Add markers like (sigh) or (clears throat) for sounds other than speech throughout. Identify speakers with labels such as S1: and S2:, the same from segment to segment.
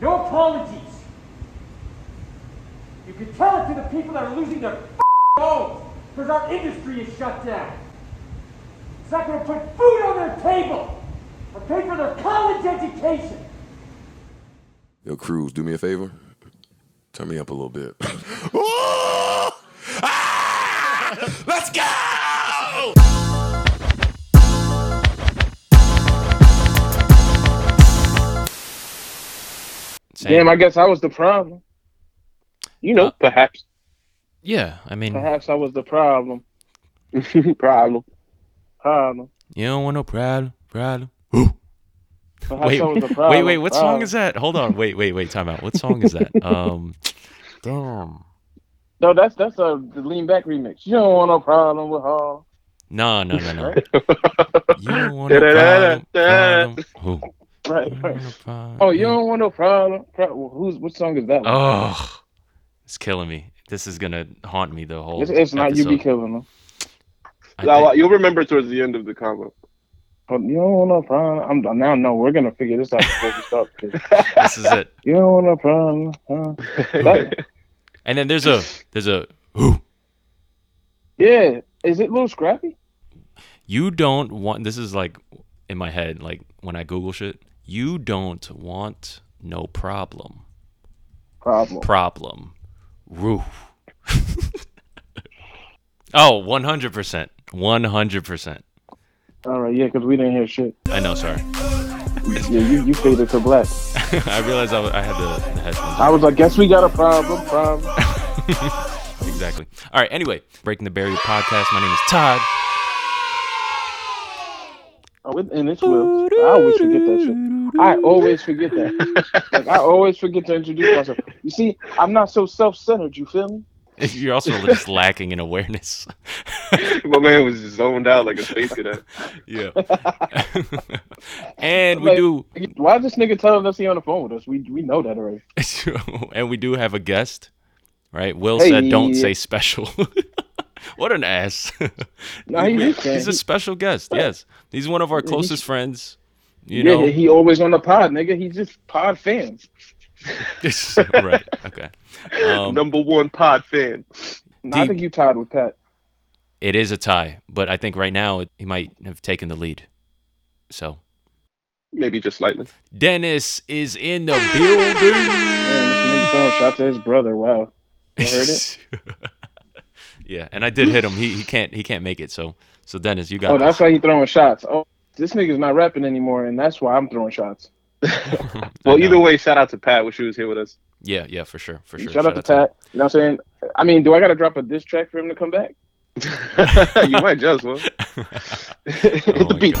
S1: No apologies. You can tell it to the people that are losing their homes because our industry is shut down. It's not going to put food on their table or pay for their college education.
S2: Yo, Cruz, do me a favor. Turn me up a little bit. (laughs) Ooh! Ah! Let's go!
S3: Same.
S4: Damn, I guess I was the problem. You know,
S3: Uh,
S4: perhaps
S3: yeah, I mean,
S4: perhaps I was the problem. (laughs) problem. Problem.
S3: you don't want no problem, problem.
S4: Perhaps
S3: (laughs) Wait,
S4: I was the
S3: wait,
S4: problem.
S3: wait. What song
S4: problem.
S3: is that? Hold on. Wait, wait, wait. Time out. What song is
S4: (laughs)
S3: that? Um, damn.
S4: No, that's that's a the lean back remix. You don't want no problem with her.
S3: No, no, no,
S4: (laughs)
S3: no. You don't want no problem,
S4: Da-da-da-da-da.
S3: problem. Who?
S4: Right,
S3: You don't want no
S4: right.
S3: problem.
S4: Oh, you don't want no problem. Pro- who's what song is that? one?
S3: Oh, it's killing me. This is gonna haunt me the whole.
S4: it's, it's not you be
S3: episode.
S4: killing them.
S3: I
S5: Now,
S3: think-
S5: you'll remember towards the end of
S3: (laughs)
S5: the combo.
S4: But you don't want no problem. I'm now no. We're gonna figure this out before we start.
S3: (laughs)
S4: this.
S3: this is
S4: (laughs)
S3: it.
S4: You don't want no problem.
S3: (laughs)
S4: huh? That-
S3: And then there's a there's a who.
S4: yeah, is it Lil Scrappy?
S3: You don't want. This is like in my head, like when I Google shit. You don't want no problem.
S4: Problem.
S3: Problem. Roof. (laughs) oh, 100%. 100%.
S4: All right, yeah, because we didn't hear shit.
S3: I know, sorry. (laughs)
S4: Yeah, you you faded to black.
S3: I realized I, wa- I had the, the headphones on.
S4: I was like, guess we got a problem. Problem.
S3: Exactly. All right, anyway, Breaking the Barrier podcast. My name is Todd. (laughs)
S4: Oh, it, and it's Will. I always forget that shit. I always forget that. like I always forget to introduce myself. You see, I'm not so self-centered. You feel me?
S3: You're also just lacking in awareness. (laughs)
S5: My man was zoned out like a space cadet.
S3: yeah. (laughs) and we do
S4: Why is this nigga telling us he on the phone with us? We we know that already.
S3: (laughs) and we do have a guest, right? Will
S4: Hey.
S3: said don't say special. (laughs) what an ass. (laughs)
S4: No, he- he can't.
S3: he's a special guest. Yes. He's one of our closest friends. You
S4: yeah,
S3: know.
S4: he always on the pod, nigga. He's just pod fans.
S3: (laughs) right. Okay. Um,
S5: Number one pod fan.
S4: No, I
S3: Deep.
S4: think you tied with Pat.
S3: It is a tie, but I think right now it, he might have taken the lead. So
S5: Maybe just slightly.
S3: Dennis is in
S4: (laughs)
S3: the building.
S4: Man, this nigga throwing shots at his brother. Wow. You heard it?
S3: (laughs) yeah, and I did hit him. He he can't he can't make it. So so Dennis, you got
S4: Oh, that's
S3: this.
S4: why he throwing shots. Oh, this nigga's not rapping anymore, and that's why I'm throwing shots.
S3: I
S5: Well,
S3: know.
S5: either way, shout out to Pat. Wish he was here with
S3: (laughs)
S5: us.
S3: yeah yeah for sure for sure.
S4: Shout, out to
S3: him.
S4: Pat. You know what I'm saying? I mean, do I gotta drop a diss track for him to
S3: (laughs)
S4: come back?
S5: you might just, well. Hit the
S3: Oh
S4: (laughs)
S3: my
S5: beat.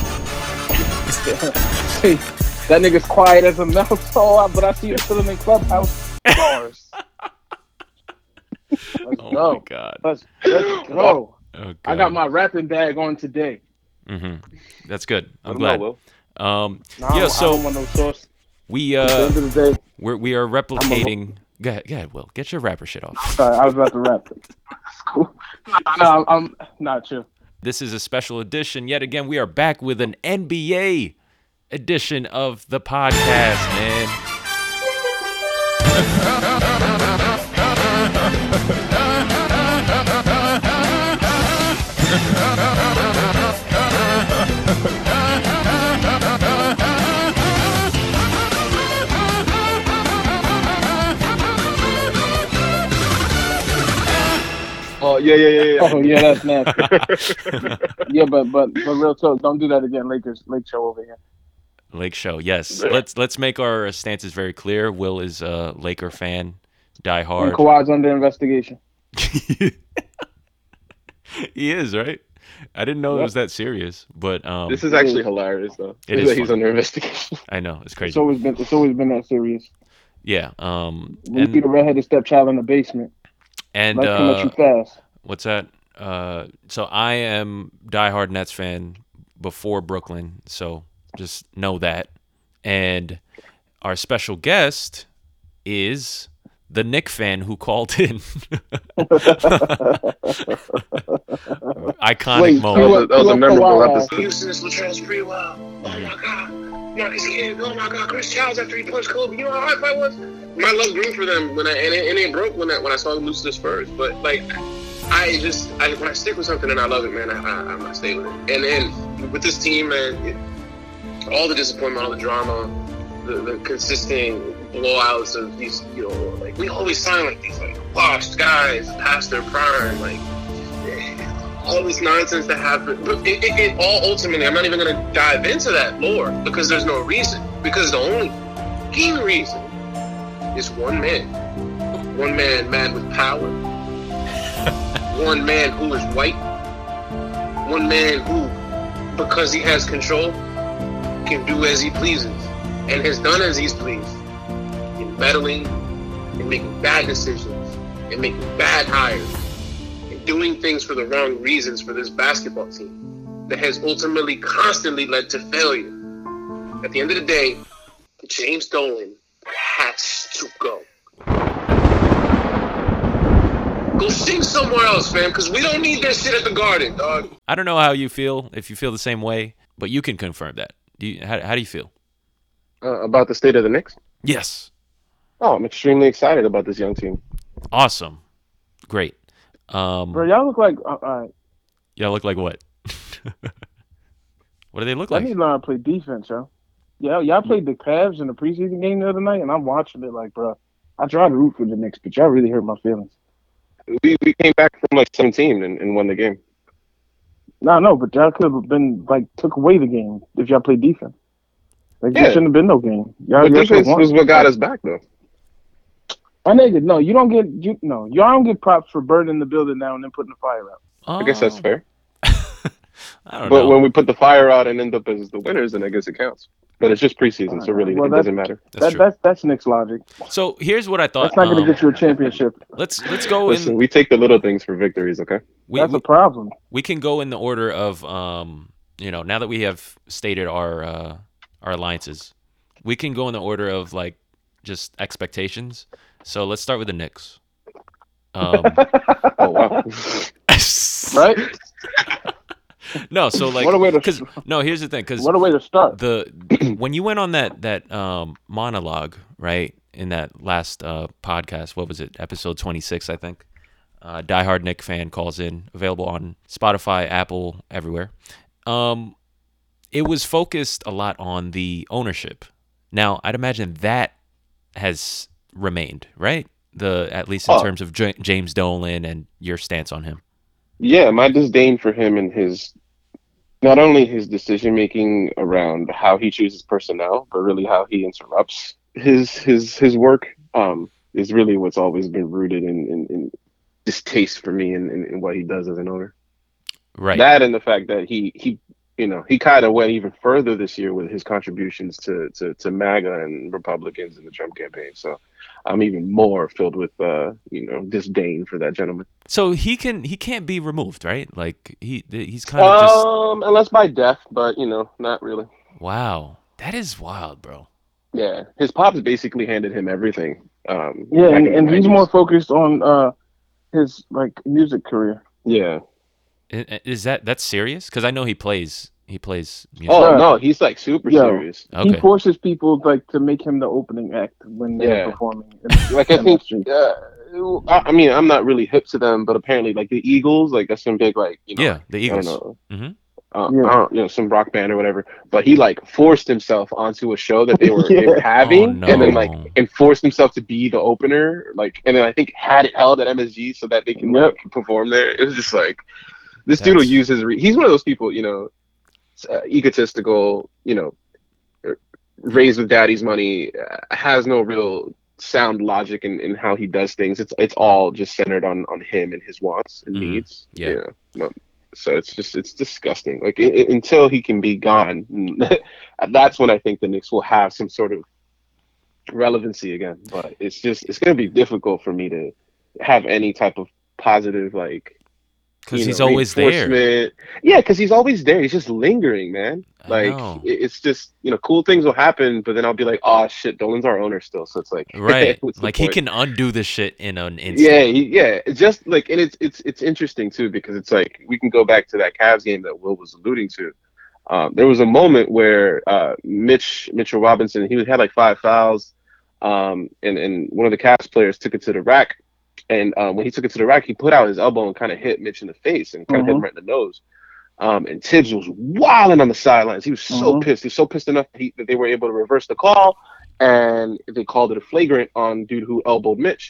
S4: See, that nigga's quiet as a mouse, (laughs) so I- but I see him still in the clubhouse bars. Let's
S3: Oh my
S4: go.
S3: god.
S4: Let's, (laughs) let's go.
S3: Oh, god.
S4: I got my rapping bag on today.
S3: hmm That's good. I'm
S5: Well,
S3: glad.
S5: Will.
S3: Um,
S4: Nah, I
S3: yeah.
S4: don't- I
S3: So
S4: don't want no sauce.
S3: we
S4: At the
S3: uh
S4: end of the day,
S3: we're, we are replicating. Go ahead, go ahead, Will. Get your rapper shit off.
S4: sorry, I was about to rap. It's cool. (laughs) No, I'm, I'm not chill.
S3: This is a special edition. Yet again, we are back with an NBA edition of the podcast, man.
S5: Oh, yeah, yeah, yeah, yeah.
S4: Oh yeah, that's nasty.
S3: (laughs)
S4: yeah, but but but real talk, don't do that again, Lakers. Lake show over here.
S3: Lake Show. Yes. Let's let's make our stances very clear. Will is a Laker fan, die
S4: And
S3: hard.
S4: Kawhi's under investigation.
S3: (laughs) he is right. I didn't know it was that serious, but um,
S5: This is actually hilarious, though.
S3: It
S5: He's
S3: is
S5: like he's
S3: funny.
S5: under investigation. (laughs)
S3: I know it's
S4: It's
S3: crazy.
S4: always been it's always been that serious.
S3: yeah. Um,
S4: We be the
S3: and
S4: redheaded stepchild in the basement.
S3: and
S4: Life come at
S3: uh,
S4: you fast.
S3: what's that? Uh, so I am diehard Nets fan before Brooklyn, so just know that. And our special guest is the Nick fan who called (laughs) in.
S5: (laughs)
S3: Iconic
S4: Wait,
S3: moment.
S4: you up-
S5: That was a
S4: you up
S5: memorable
S4: Kawhi.
S5: episode.
S6: Houston is Latrell's Sprewell. Oh my God. No, it's, yeah, oh my God, Chris Childs at three points, Kobe. You know how hard that was. My love grew for them when I and it, and it broke when I when I saw them lose to the Spurs. But like, I just I, when I stick with something and I love it, man, I, I, I'm gonna stay with it. And then with this team, man, it, all the disappointment, all the drama, the, the consistent blowouts of these, you know, like we always sign like these like washed guys past their prime, like all this nonsense that happened. But it, it, it all ultimately, I'm not even going to dive into that lore because there's no reason. Because the only fucking reason is one man, one man, man with power, one man who is white, one man who, because he has control, can do as he pleases and has done as he's pleased in meddling, in making bad decisions, in making bad hires doing things for the wrong reasons for this basketball team that has ultimately constantly led to failure. At the end of the day, James Dolan has to go. Go sing somewhere else, fam, because we don't need that shit at the Garden, dog.
S3: I don't know how you feel, if you feel the same way, but you can confirm that. Do you, how, how do you feel?
S5: Uh, about the state of the Knicks?
S3: Yes.
S5: Oh, I'm extremely excited about this young team.
S3: Awesome. Great. Um,
S4: Bro, y'all look like. Uh, all right,
S3: y'all look like what? (laughs) what do they look
S4: I
S3: like?
S4: need to learn how to play defense, yo. Yeah, y'all played the Cavs in the preseason game the other night, and I'm watching it like, bro, I tried to root for the Knicks, but y'all really hurt my feelings.
S5: We, we came back from like 17 and, and won the game.
S4: No, no, but y'all could have been like took away the game if y'all played defense. Like there
S5: Yeah.
S4: shouldn't have been no game. Y'all,
S5: But
S4: y'all
S5: defense
S4: should've won.
S5: was what got us back, though.
S4: My nigga, no, you don't get you no, y'all don't get props for burning the building down and then putting the fire out.
S5: I guess that's
S3: Oh,
S5: fair.
S3: I don't
S5: But
S3: know.
S5: when we put the fire out and end up as the winners, then I guess it counts. But it's just preseason, so really
S4: Well,
S5: it
S4: that's-
S5: doesn't matter.
S3: that's
S4: that,
S3: true.
S4: that's that's Nick's logic.
S3: so here's what I thought.
S4: That's not gonna
S3: um,
S4: get you a championship.
S3: let's let's go
S5: Listen,
S3: in.
S5: we take the little things for victories, okay?
S3: We,
S4: that's
S3: we,
S4: a problem.
S3: we can go in the order of um you know now that we have stated our uh, our alliances, we can go in the order of like just expectations. So let's start with the Knicks.
S4: (laughs)
S3: Um,
S5: Oh wow!
S4: Right?
S3: (laughs) no, so like
S4: What a way to-
S3: 'cause- no. Here's the thing, because
S4: What a way to start.
S5: (clears throat)
S3: the when you went on that that um, monologue right in that last uh, podcast what was it episode 26 i think uh, die hard nick fan calls in available on spotify apple everywhere um, it was focused a lot on the ownership now i'd imagine that has remained right the at least in
S5: Oh.
S3: terms of J- james dolan and your stance on him
S5: yeah, my disdain for him and his not only his decision making around how he chooses personnel, but really how he interrupts his his his work um, is really what's always been rooted in, in, in distaste for me and in, in what he does as an owner.
S3: right
S5: That and the fact that he he you know he kind of went even further this year with his contributions to, to to MAGA and Republicans in the Trump campaign. So I'm even more filled with uh, you know disdain for that gentleman.
S3: so he can he can't be removed right like he he's kind of just
S5: Um, unless by death, but you know, not really.
S3: Wow. That is wild, bro.
S5: Yeah, his pops basically handed him everything. Um,
S4: Yeah,
S5: back
S4: and,
S5: in the
S4: and he's
S5: 90s.
S4: more focused on uh his like music career.
S5: Yeah.
S3: I- I- Is that that's serious? Because I know he plays. He plays. Music.
S5: Oh
S4: Yeah.
S5: no, he's like super
S4: Yeah.
S5: serious.
S3: okay.
S4: He forces people like to make him the opening act when they're
S5: Yeah.
S4: performing.
S5: (laughs) Like I
S4: Yeah,
S5: think,
S4: that's true.
S5: uh, I, I mean, I'm not really hip to them, but apparently, like the Eagles, like that's some big, like you know,
S3: yeah, the Eagles.
S5: I don't know.
S3: Mhm.
S5: Uh,
S4: Yeah.
S5: I don't- you know, some rock band or whatever, but he like forced himself onto a show
S4: (laughs)
S5: that they were, they were
S4: Yeah.
S5: having,
S3: Oh,
S5: and then
S3: no.
S5: like and forced himself to be the opener, like, and then I think had it held at MSG so that they can
S4: Yep.
S5: like perform there. It was just like this dude will
S3: That's-
S5: use his. Re- he's one of those people, you know, s- uh, egotistical, you know, r- raised with daddy's money, uh, has no real sound logic in, in how he does things. It's it's all just centered on on him and his wants and
S3: Mhm.
S5: needs.
S3: Yeah.
S5: You know? Well, So it's just it's disgusting. Like i i until he can be gone, (laughs) that's when I think the Knicks will have some sort of relevancy again. But it's just it's going to be difficult for me to have any type of positive like
S3: Because
S5: you
S3: he's
S5: know,
S3: always
S5: (laughs)
S3: there.
S5: reinforcement. Yeah, because he's always there. He's just lingering, man.
S3: I
S5: Like
S3: know.
S5: it- it's just you know, cool things will happen, but then I'll be like, oh shit, Dolan's our owner still, so it's like (laughs)
S3: Right.
S5: what's the
S3: like he
S5: point?
S3: can undo this shit in an instant.
S5: Yeah, he, yeah. It's just like, and it's it's it's interesting too because it's like we can go back to that Cavs game that Will was alluding to, Um, there was a moment where uh, Mitch Mitchell Robinson he had like five fouls, um, and and one of the Cavs players took it to the rack, and um, when he took it to the rack, he put out his elbow and kind of hit Mitch in the face and kind of hit him right in the nose. Um, and Tibbs was wilding on the sidelines. He was so
S4: Mhm.
S5: pissed. He was so pissed enough that, he, that they were able to reverse the call, and they called it a flagrant on dude who elbowed Mitch.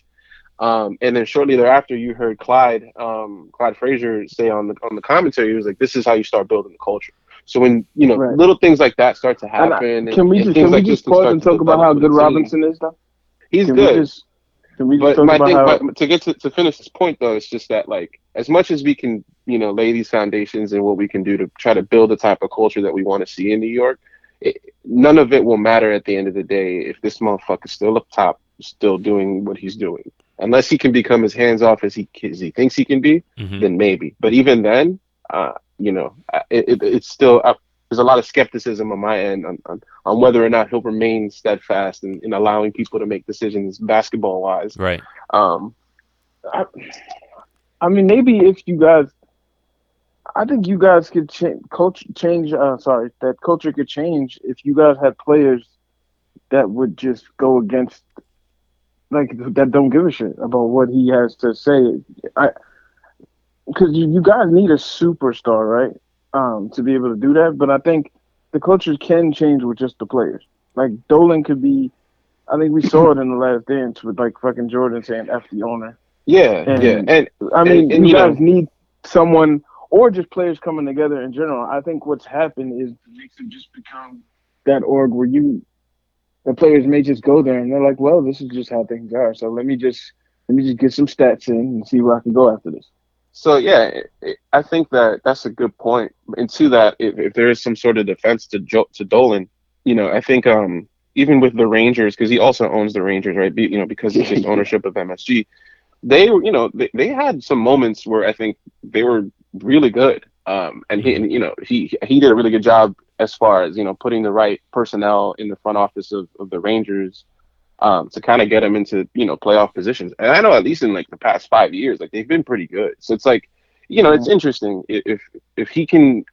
S5: Um, and then shortly thereafter, you heard Clyde um, Clyde Frazier say on the on the commentary, he was like, "This is how you start building the culture." So when you know
S4: Right.
S5: little things like that start to
S4: And I-
S5: happen, and,
S4: Can we
S5: and
S4: just
S5: things
S4: can we
S5: like this
S4: just pause
S5: start
S4: and
S5: to
S4: talk about
S5: develop
S4: how
S5: with
S4: good
S5: the team.
S4: Robinson is though?
S5: He's
S4: Can
S5: good
S4: we just can we just
S5: but
S4: talk
S5: my
S4: about
S5: thing,
S4: how
S5: but to get to, to finish this point though, it's just that like as much as we can, you know, lay these foundations and what we can do to try to build the type of culture that we want to see in New York, it, none of it will matter at the end of the day if this motherfucker's still up top, still doing what he's doing. Unless he can become as hands off as he as he thinks he can be,
S4: Mm-hmm.
S3: Mhm.
S5: then maybe. But even then, uh, you know, I- it, it, it's still uh, there's a lot of skepticism on my end on, on, on whether or not he'll remain steadfast in, in allowing people to make decisions basketball wise.
S3: Right.
S5: Um,
S4: I mean, maybe if you guys, I think you guys could change culture. Change, uh, sorry, that culture could change if you guys had players that would just go against, like that don't give a shit about what he has to say. I, because you, you guys need a superstar, right, um, to be able to do that. But I think the culture can change with just the players. Like Dolan could be. I think we saw it in the last dance with like fucking Jordan saying "f the owner."
S5: yeah,
S4: And-
S5: yeah, and
S4: I mean,
S5: And- and,
S4: you
S5: you know-
S4: guys need someone or just players coming together in general. I think what's happened is the Knicks have just become that org where you the players may just go there and they're like, well, this is just how things are. So let me just let me just get some stats in and see where I can go after this.
S5: So yeah, it- it- I think that that's a good point. And to that, if, if there is some sort of defense to jo- to Dolan, you know, I think um even with the Rangers, because he also owns the Rangers, right? Be, you know, because of his ownership of MSG, they you know they, they had some moments where I think they were really good. Um, and he and, you know he he did a really good job as far as you know putting the right personnel in the front office of, of the Rangers um, to kind of get them into you know playoff positions. And I know at least in like the past five years, like they've been pretty good. So it's like, you know, it's
S3: Mm-hmm.
S5: interesting I- if if he can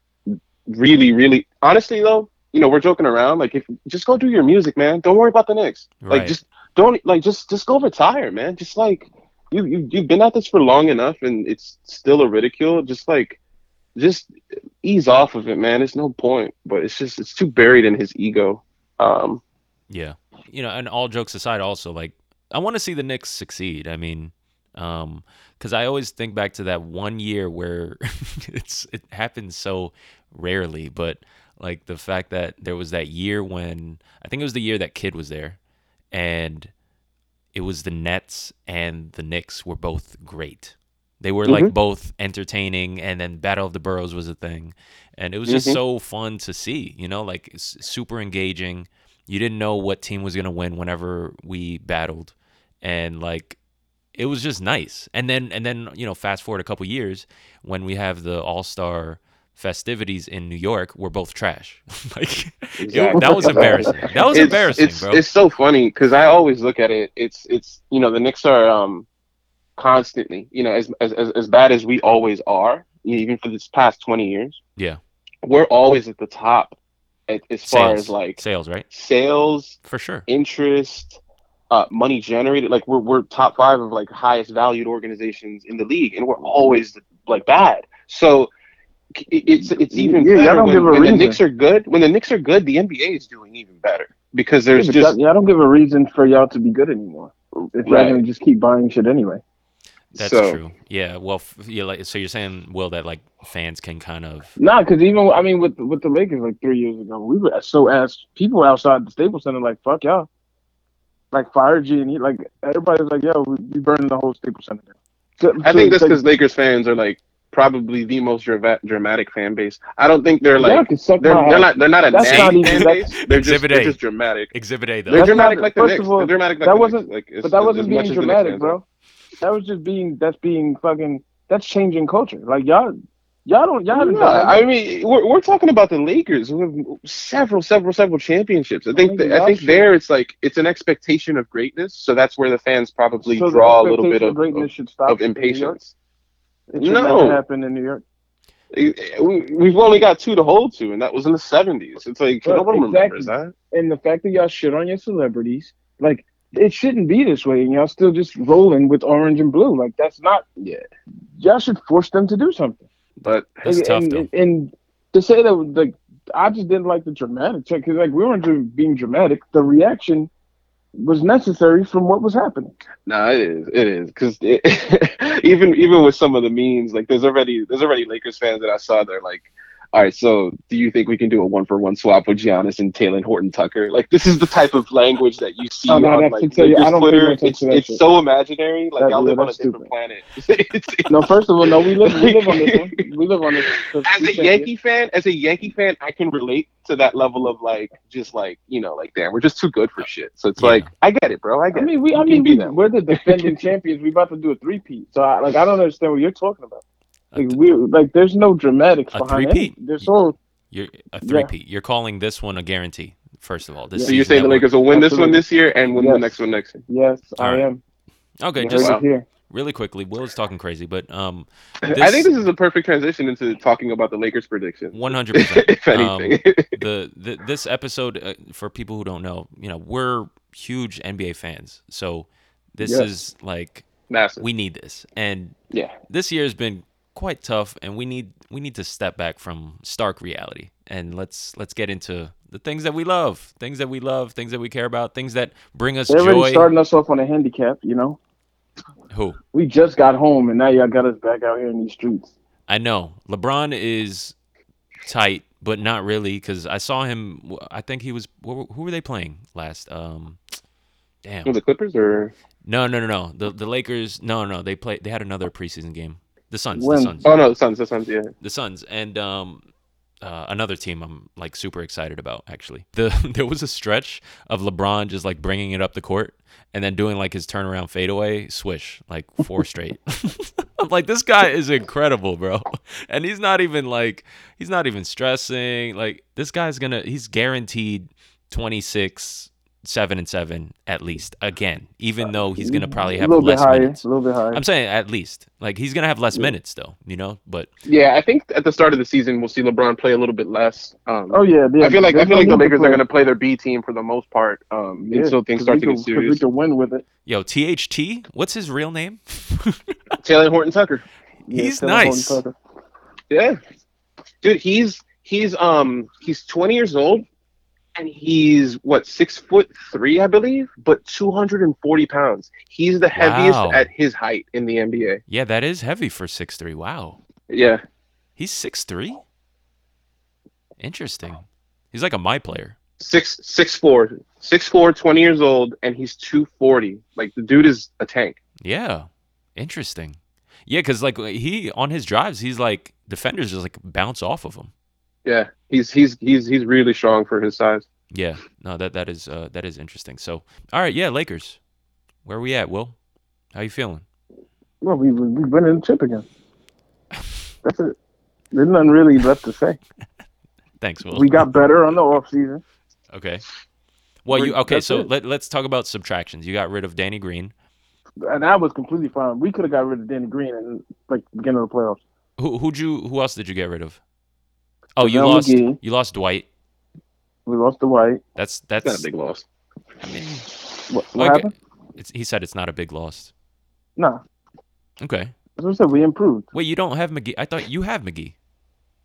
S5: really, really honestly though, you know, we're joking around. Like if just go do your music, man. Don't worry about the Knicks.
S3: Right.
S5: Like just don't like just just go retire, man. Just like you you you've been at this for long enough, and it's still a ridicule. Just like just ease off of it, man. It's no point. But it's just it's too buried in his ego. Um,
S3: Yeah. You know, and all jokes aside, also, like, I want to see the Knicks succeed. I mean, um, because I always think back to that one year where (laughs) it's it happens so rarely, but like the fact that there was that year when I think it was the year that Kid was there, and it was the Nets and the Knicks were both great. They were
S5: Mm-hmm.
S3: like both entertaining, and then Battle of the Burrows was a thing, and it was just
S5: Mhm.
S3: so fun to see. You know, like it's super engaging. You didn't know what team was gonna win whenever we battled, and like it was just nice. And then and then you know, fast forward a couple years when we have the All Star festivities in New York, we're both trash. (laughs) like it-
S5: Exactly.
S3: that was
S5: (laughs)
S3: embarrassing. That was embarrassing,
S5: it's,
S3: bro.
S5: It's so funny because I always look at it. It's it's you know the Knicks are um constantly you know as as as, as bad as we always are e, even for this past twenty years.
S3: Yeah.
S5: we're always at the top a- as far
S3: Sales.
S5: as like
S3: sales, right?
S5: sales,
S3: For sure.
S5: interest, uh, money generated. Like we're we're top five of like highest valued organizations in the league, and we're always like bad. So c- it- it's it's even
S4: Yeah, y'all
S5: better
S4: don't
S5: when,
S4: give a
S5: when the
S4: reason.
S5: Knicks are good. When the Knicks are good, the NBA is doing even better because
S4: Yeah,
S5: there's
S4: but
S5: just
S4: y'all- y'all don't give a reason for y'all to be good anymore. If y'all
S5: Right.
S4: gonna just keep buying shit anyway.
S3: That's
S5: so
S3: true. Yeah. Well, f- yeah, like, so you're saying, Will, that like fans can kind of
S4: Nah, because even I mean with with the Lakers like three years ago, we were so ass people outside the Staples Center like fuck y'all, like fire G and he like everybody was like yo we, we burning the whole Staples Center. down. So-
S5: I
S4: so
S5: think
S4: it's
S5: that's
S4: like,
S5: because Lakers fans are like probably the most drava- dramatic fan base. I don't think they're
S4: y'all
S5: like
S4: can suck
S5: they're,
S4: my
S5: they're
S4: ass.
S5: not they're not a
S4: That's
S5: nasty
S4: not even-
S5: fan
S4: that's-
S5: base. They're just
S3: Exhibit
S5: they're
S3: A.
S5: just dramatic.
S3: exhibit A though.
S5: They're
S4: That's
S5: dramatic
S4: not-
S5: like the
S4: first of
S5: Knicks.
S4: all,
S5: They're dramatic like
S4: that
S5: the
S4: wasn't-
S5: Knicks. Like, as-
S4: But that
S5: as-
S4: wasn't
S5: as much
S4: being
S5: as the Knicks
S4: dramatic,
S5: fans
S4: bro. That was just being that's being fucking that's changing culture. Like y'all y'all don't y'all
S5: are.
S4: haven't
S5: No,
S4: done-
S5: I mean, we're, we're talking about the Lakers who have several, several, several championships. I think,
S4: Lakers
S5: th- I think
S4: are
S5: there it's like it's an expectation of greatness, so that's where the fans probably
S4: so the
S5: draw a little bit
S4: expectation
S5: of,
S4: greatness
S5: of,
S4: should stop
S5: of
S4: in New York.
S5: impatience.
S4: It should
S5: No.
S4: never happen in New York.
S5: we, we've only got two to hold to, and that was in the seventies. It's like
S4: Well,
S5: no one remembers
S4: exactly.
S5: that.
S4: and the fact that y'all shit on your celebrities, like it shouldn't be this way, and y'all still just rolling with orange and blue. Like that's not.
S5: Yeah.
S4: Y'all should force them to do something.
S5: But
S3: That's
S4: and,
S3: tough,
S4: and,
S3: though.
S4: and to say that, like, I just didn't like the dramatic check because, like, we weren't doing, being dramatic. The reaction was necessary from what was happening.
S5: No, it is. It is because (laughs) even even with some of the memes, like there's already there's already Lakers fans that I saw. They're like, all right, so do you think we can do a one for one swap with Giannis and Taylor Horton Tucker? Like this is the type of language that you see
S4: Oh, no,
S5: on
S4: that's- to
S5: like
S4: tell you, I
S5: Lakers
S4: don't pay
S5: Twitter.
S4: no attention
S5: It's,
S4: to that
S5: it's
S4: shit.
S5: so imaginary. Like
S4: That-
S5: y'all
S4: yeah,
S5: live on a
S4: that's
S5: different planet. (laughs) It's-
S4: (laughs) No, first of all, no, we live, we live on this one. We live on this. 'cause
S5: as
S4: we
S5: a
S4: said it.
S5: Yankee fan, as a Yankee fan, I can relate to that level of like just like you know like damn, we're just too good for shit. So it's
S3: Yeah.
S5: like I get it, bro. I
S4: I
S5: get. it.
S4: mean, we. I
S5: You can
S4: mean,
S5: be
S4: we,
S5: that
S4: we're
S5: (laughs)
S4: the defending champions. We about to do a three peat. So, I, like, I don't understand what you're talking about. Like, we like, there's no dramatics
S3: A
S4: behind it.
S3: three-peat?
S4: There's all.
S3: You're a three peat. You're calling this one a guarantee. First of all, this
S5: So you're
S3: season
S5: saying the
S3: that we're-
S5: Lakers will win this one
S4: Absolutely.
S5: this year and win the
S4: Yes.
S5: next one next year.
S4: Yes, I
S3: Alright.
S4: am.
S3: Okay,
S4: You
S3: just
S4: heard it here.
S3: really quickly. Will's talking crazy, but um,
S5: (laughs) I think this is a perfect transition into talking about the Lakers
S3: (laughs)
S5: prediction,
S3: one hundred percent.
S5: (laughs)
S3: Um,
S5: if anything.
S3: the, the this episode uh, for people who don't know, you know, we're huge NBA fans, so this
S4: Yes.
S3: is like
S5: Massive.
S3: we need this, and
S5: yeah.
S3: this year has been quite tough, and we need we need to step back from stark reality and let's let's get into the things that we love, things that we love, things that we care about, things that bring us
S4: They're already
S3: joy.
S4: starting us off on a handicap. You know,
S3: Who
S4: we just got home, and now y'all got us back out here in these streets.
S3: I know LeBron is tight, but not really because I saw him. I think he was. Who who were they playing last? Um, damn.
S5: Who, the Clippers or
S3: No, no, no, no. The the Lakers. No, no. They played. They had another preseason game. The Suns.
S4: When?
S3: The Suns.
S5: oh no, the Suns, the Suns, yeah.
S3: The Suns and um, uh, another team I'm like super excited about actually. The (laughs) there was a stretch of LeBron just like bringing it up the court and then doing like his turnaround fadeaway swish like four straight. (laughs) I'm like this guy is incredible, bro, (laughs) and he's not even like he's not even stressing. Like this guy's gonna he's guaranteed 26. Seven and seven at least again, even though he's gonna probably have
S4: Mm-hmm. a little bit
S3: less
S4: higher,
S3: minutes.
S4: a little bit higher.
S3: I'm saying at least. Like he's gonna have less minutes though, you know. But
S5: Yeah, I think at the start of the season we'll see LeBron play a little bit less. Um
S4: oh yeah, yeah.
S5: I feel like I
S4: There's
S5: feel like
S4: no need to
S5: the Lakers
S4: play.
S5: are gonna play their B team for the most part. Um
S4: Yeah,
S5: until things
S4: 'cause
S5: start
S4: we
S5: to get
S4: can- 'cause We
S5: serious.
S4: can win with it.
S3: yo, THT, what's his real name?
S5: Taylor Horton Tucker.
S4: Yeah,
S3: He's
S4: Taylor Horton
S3: nice.
S4: Tucker.
S5: Yeah. Dude, he's he's um he's twenty years old and he's what six foot three, I believe, but two hundred and forty pounds. He's the heaviest
S3: Wow.
S5: at his height in the NBA.
S3: yeah, that is heavy for six three. Wow,
S5: Yeah.
S3: he's six three. Interesting. He's like a my player.
S5: Six six four. Six four, 20 years old, and he's two forty. Like the dude is a tank.
S3: Yeah, interesting. Yeah, because like he on his drives, he's like defenders just like bounce off of him.
S5: Yeah. He's he's he's he's really strong for his size.
S3: Yeah, no, that that is uh, that is interesting. So, all right, yeah, Lakers. Where we at, Will? How you feeling?
S4: Well, we we we winning the
S3: (laughs)
S4: chip again. That's it. There's nothing really left to say.
S3: Thanks, Will.
S4: We got better on the off season.
S3: Okay. Well,
S4: We're-
S3: you okay?
S4: that's
S3: So
S4: it.
S3: let, let's talk about subtractions. You got rid of Danny Green.
S4: and I was completely fine. We could have got rid of Danny Green and like beginning of the playoffs.
S3: Who who'd you who else did you get rid of? Oh, you
S4: Javale
S3: lost
S4: McGee.
S3: you lost Dwight.
S4: We lost the White.
S3: That's
S5: That's not
S3: that's
S5: a big loss.
S3: I mean,
S4: What, what
S3: okay.
S4: happened?
S3: It's, he said it's not a big loss.
S4: Nah,
S3: Okay.
S4: as I said, we improved.
S3: Wait, you don't have McGee. I thought you have McGee.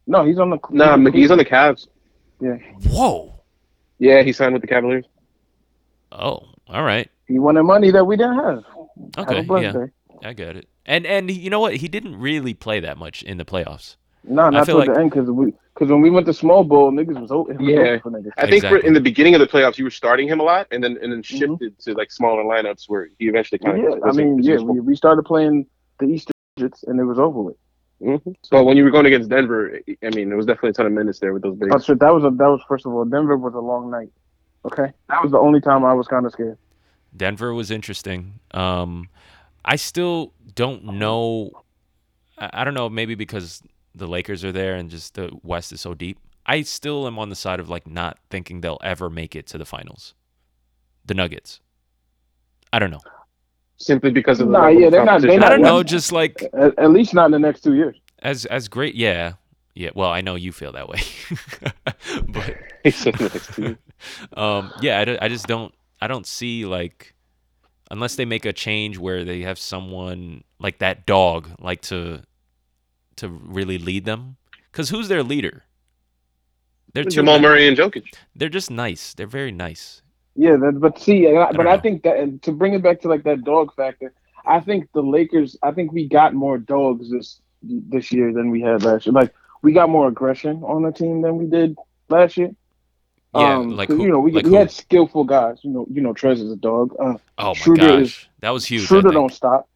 S4: No, he's on the.
S5: No, nah, McGee's on the Cavs.
S3: Whoa.
S5: Yeah, he signed with the Cavaliers.
S3: Oh, all right.
S4: He wanted money that we didn't have. Have a
S3: Okay.
S4: blessed
S3: Yeah,
S4: day.
S3: I got it. And and you know what? He didn't really play that much in the playoffs.
S4: No,
S3: feel
S4: not till
S3: like-
S4: the end because we because when we went to small bowl, niggas was open.
S5: Yeah.
S4: for niggas.
S5: I think for,
S3: Exactly.
S5: in the beginning of the playoffs, you were starting him a lot, and then and then shifted to like smaller lineups where he eventually kind of.
S4: Mm-hmm. yeah, I mean, yeah, we, we started playing the Eastern Digits and it was over with.
S5: but when you were going against Denver, I mean, there was definitely a ton of minutes there with those bigs.
S4: But so Oh, that was a, that was first of all, Denver was a long night. Okay, that was the only time I was kind of scared.
S3: Denver was interesting. Um, I still don't know. I, I don't know. Maybe because the Lakers are there and just the West is so deep. I still am on the side of like not thinking they'll ever make it to the finals. The Nuggets. I don't know.
S5: Simply because of the
S4: Nah,
S5: level
S4: yeah,
S5: of (laughs)
S4: they're not- they're
S5: competition.
S4: not
S3: I don't
S4: Yeah,
S3: know.
S4: well-
S3: Just like
S4: At, at least not in the next two years.
S3: as as great. Yeah. Yeah, well, I know you feel that way, (laughs) but
S5: He's sitting next to you.
S3: um, yeah, I, don't- I just don't I don't see like unless they make a change where they have someone like that dog like to to really lead them because who's their leader? They're too
S5: Jamal Murray and Jokic.
S3: They're just nice. They're very nice.
S4: Yeah, that, but see, and I,
S3: don't
S4: but I
S3: know.
S4: think that and to bring it back to like that dog factor, I think the Lakers, I think we got more dogs this this year than we had last year. Like we got more aggression on the team than we did last year.
S3: Yeah,
S4: Um,
S3: like
S4: 'cause,
S3: who?
S4: you know, we,
S3: like
S4: we
S3: who?
S4: had skillful guys. You know, you know, Trez is a dog. Uh,
S3: oh my
S4: Schroeder
S3: gosh,
S4: is-
S3: that was huge. I
S4: Schroeder
S3: think.
S4: don't stop.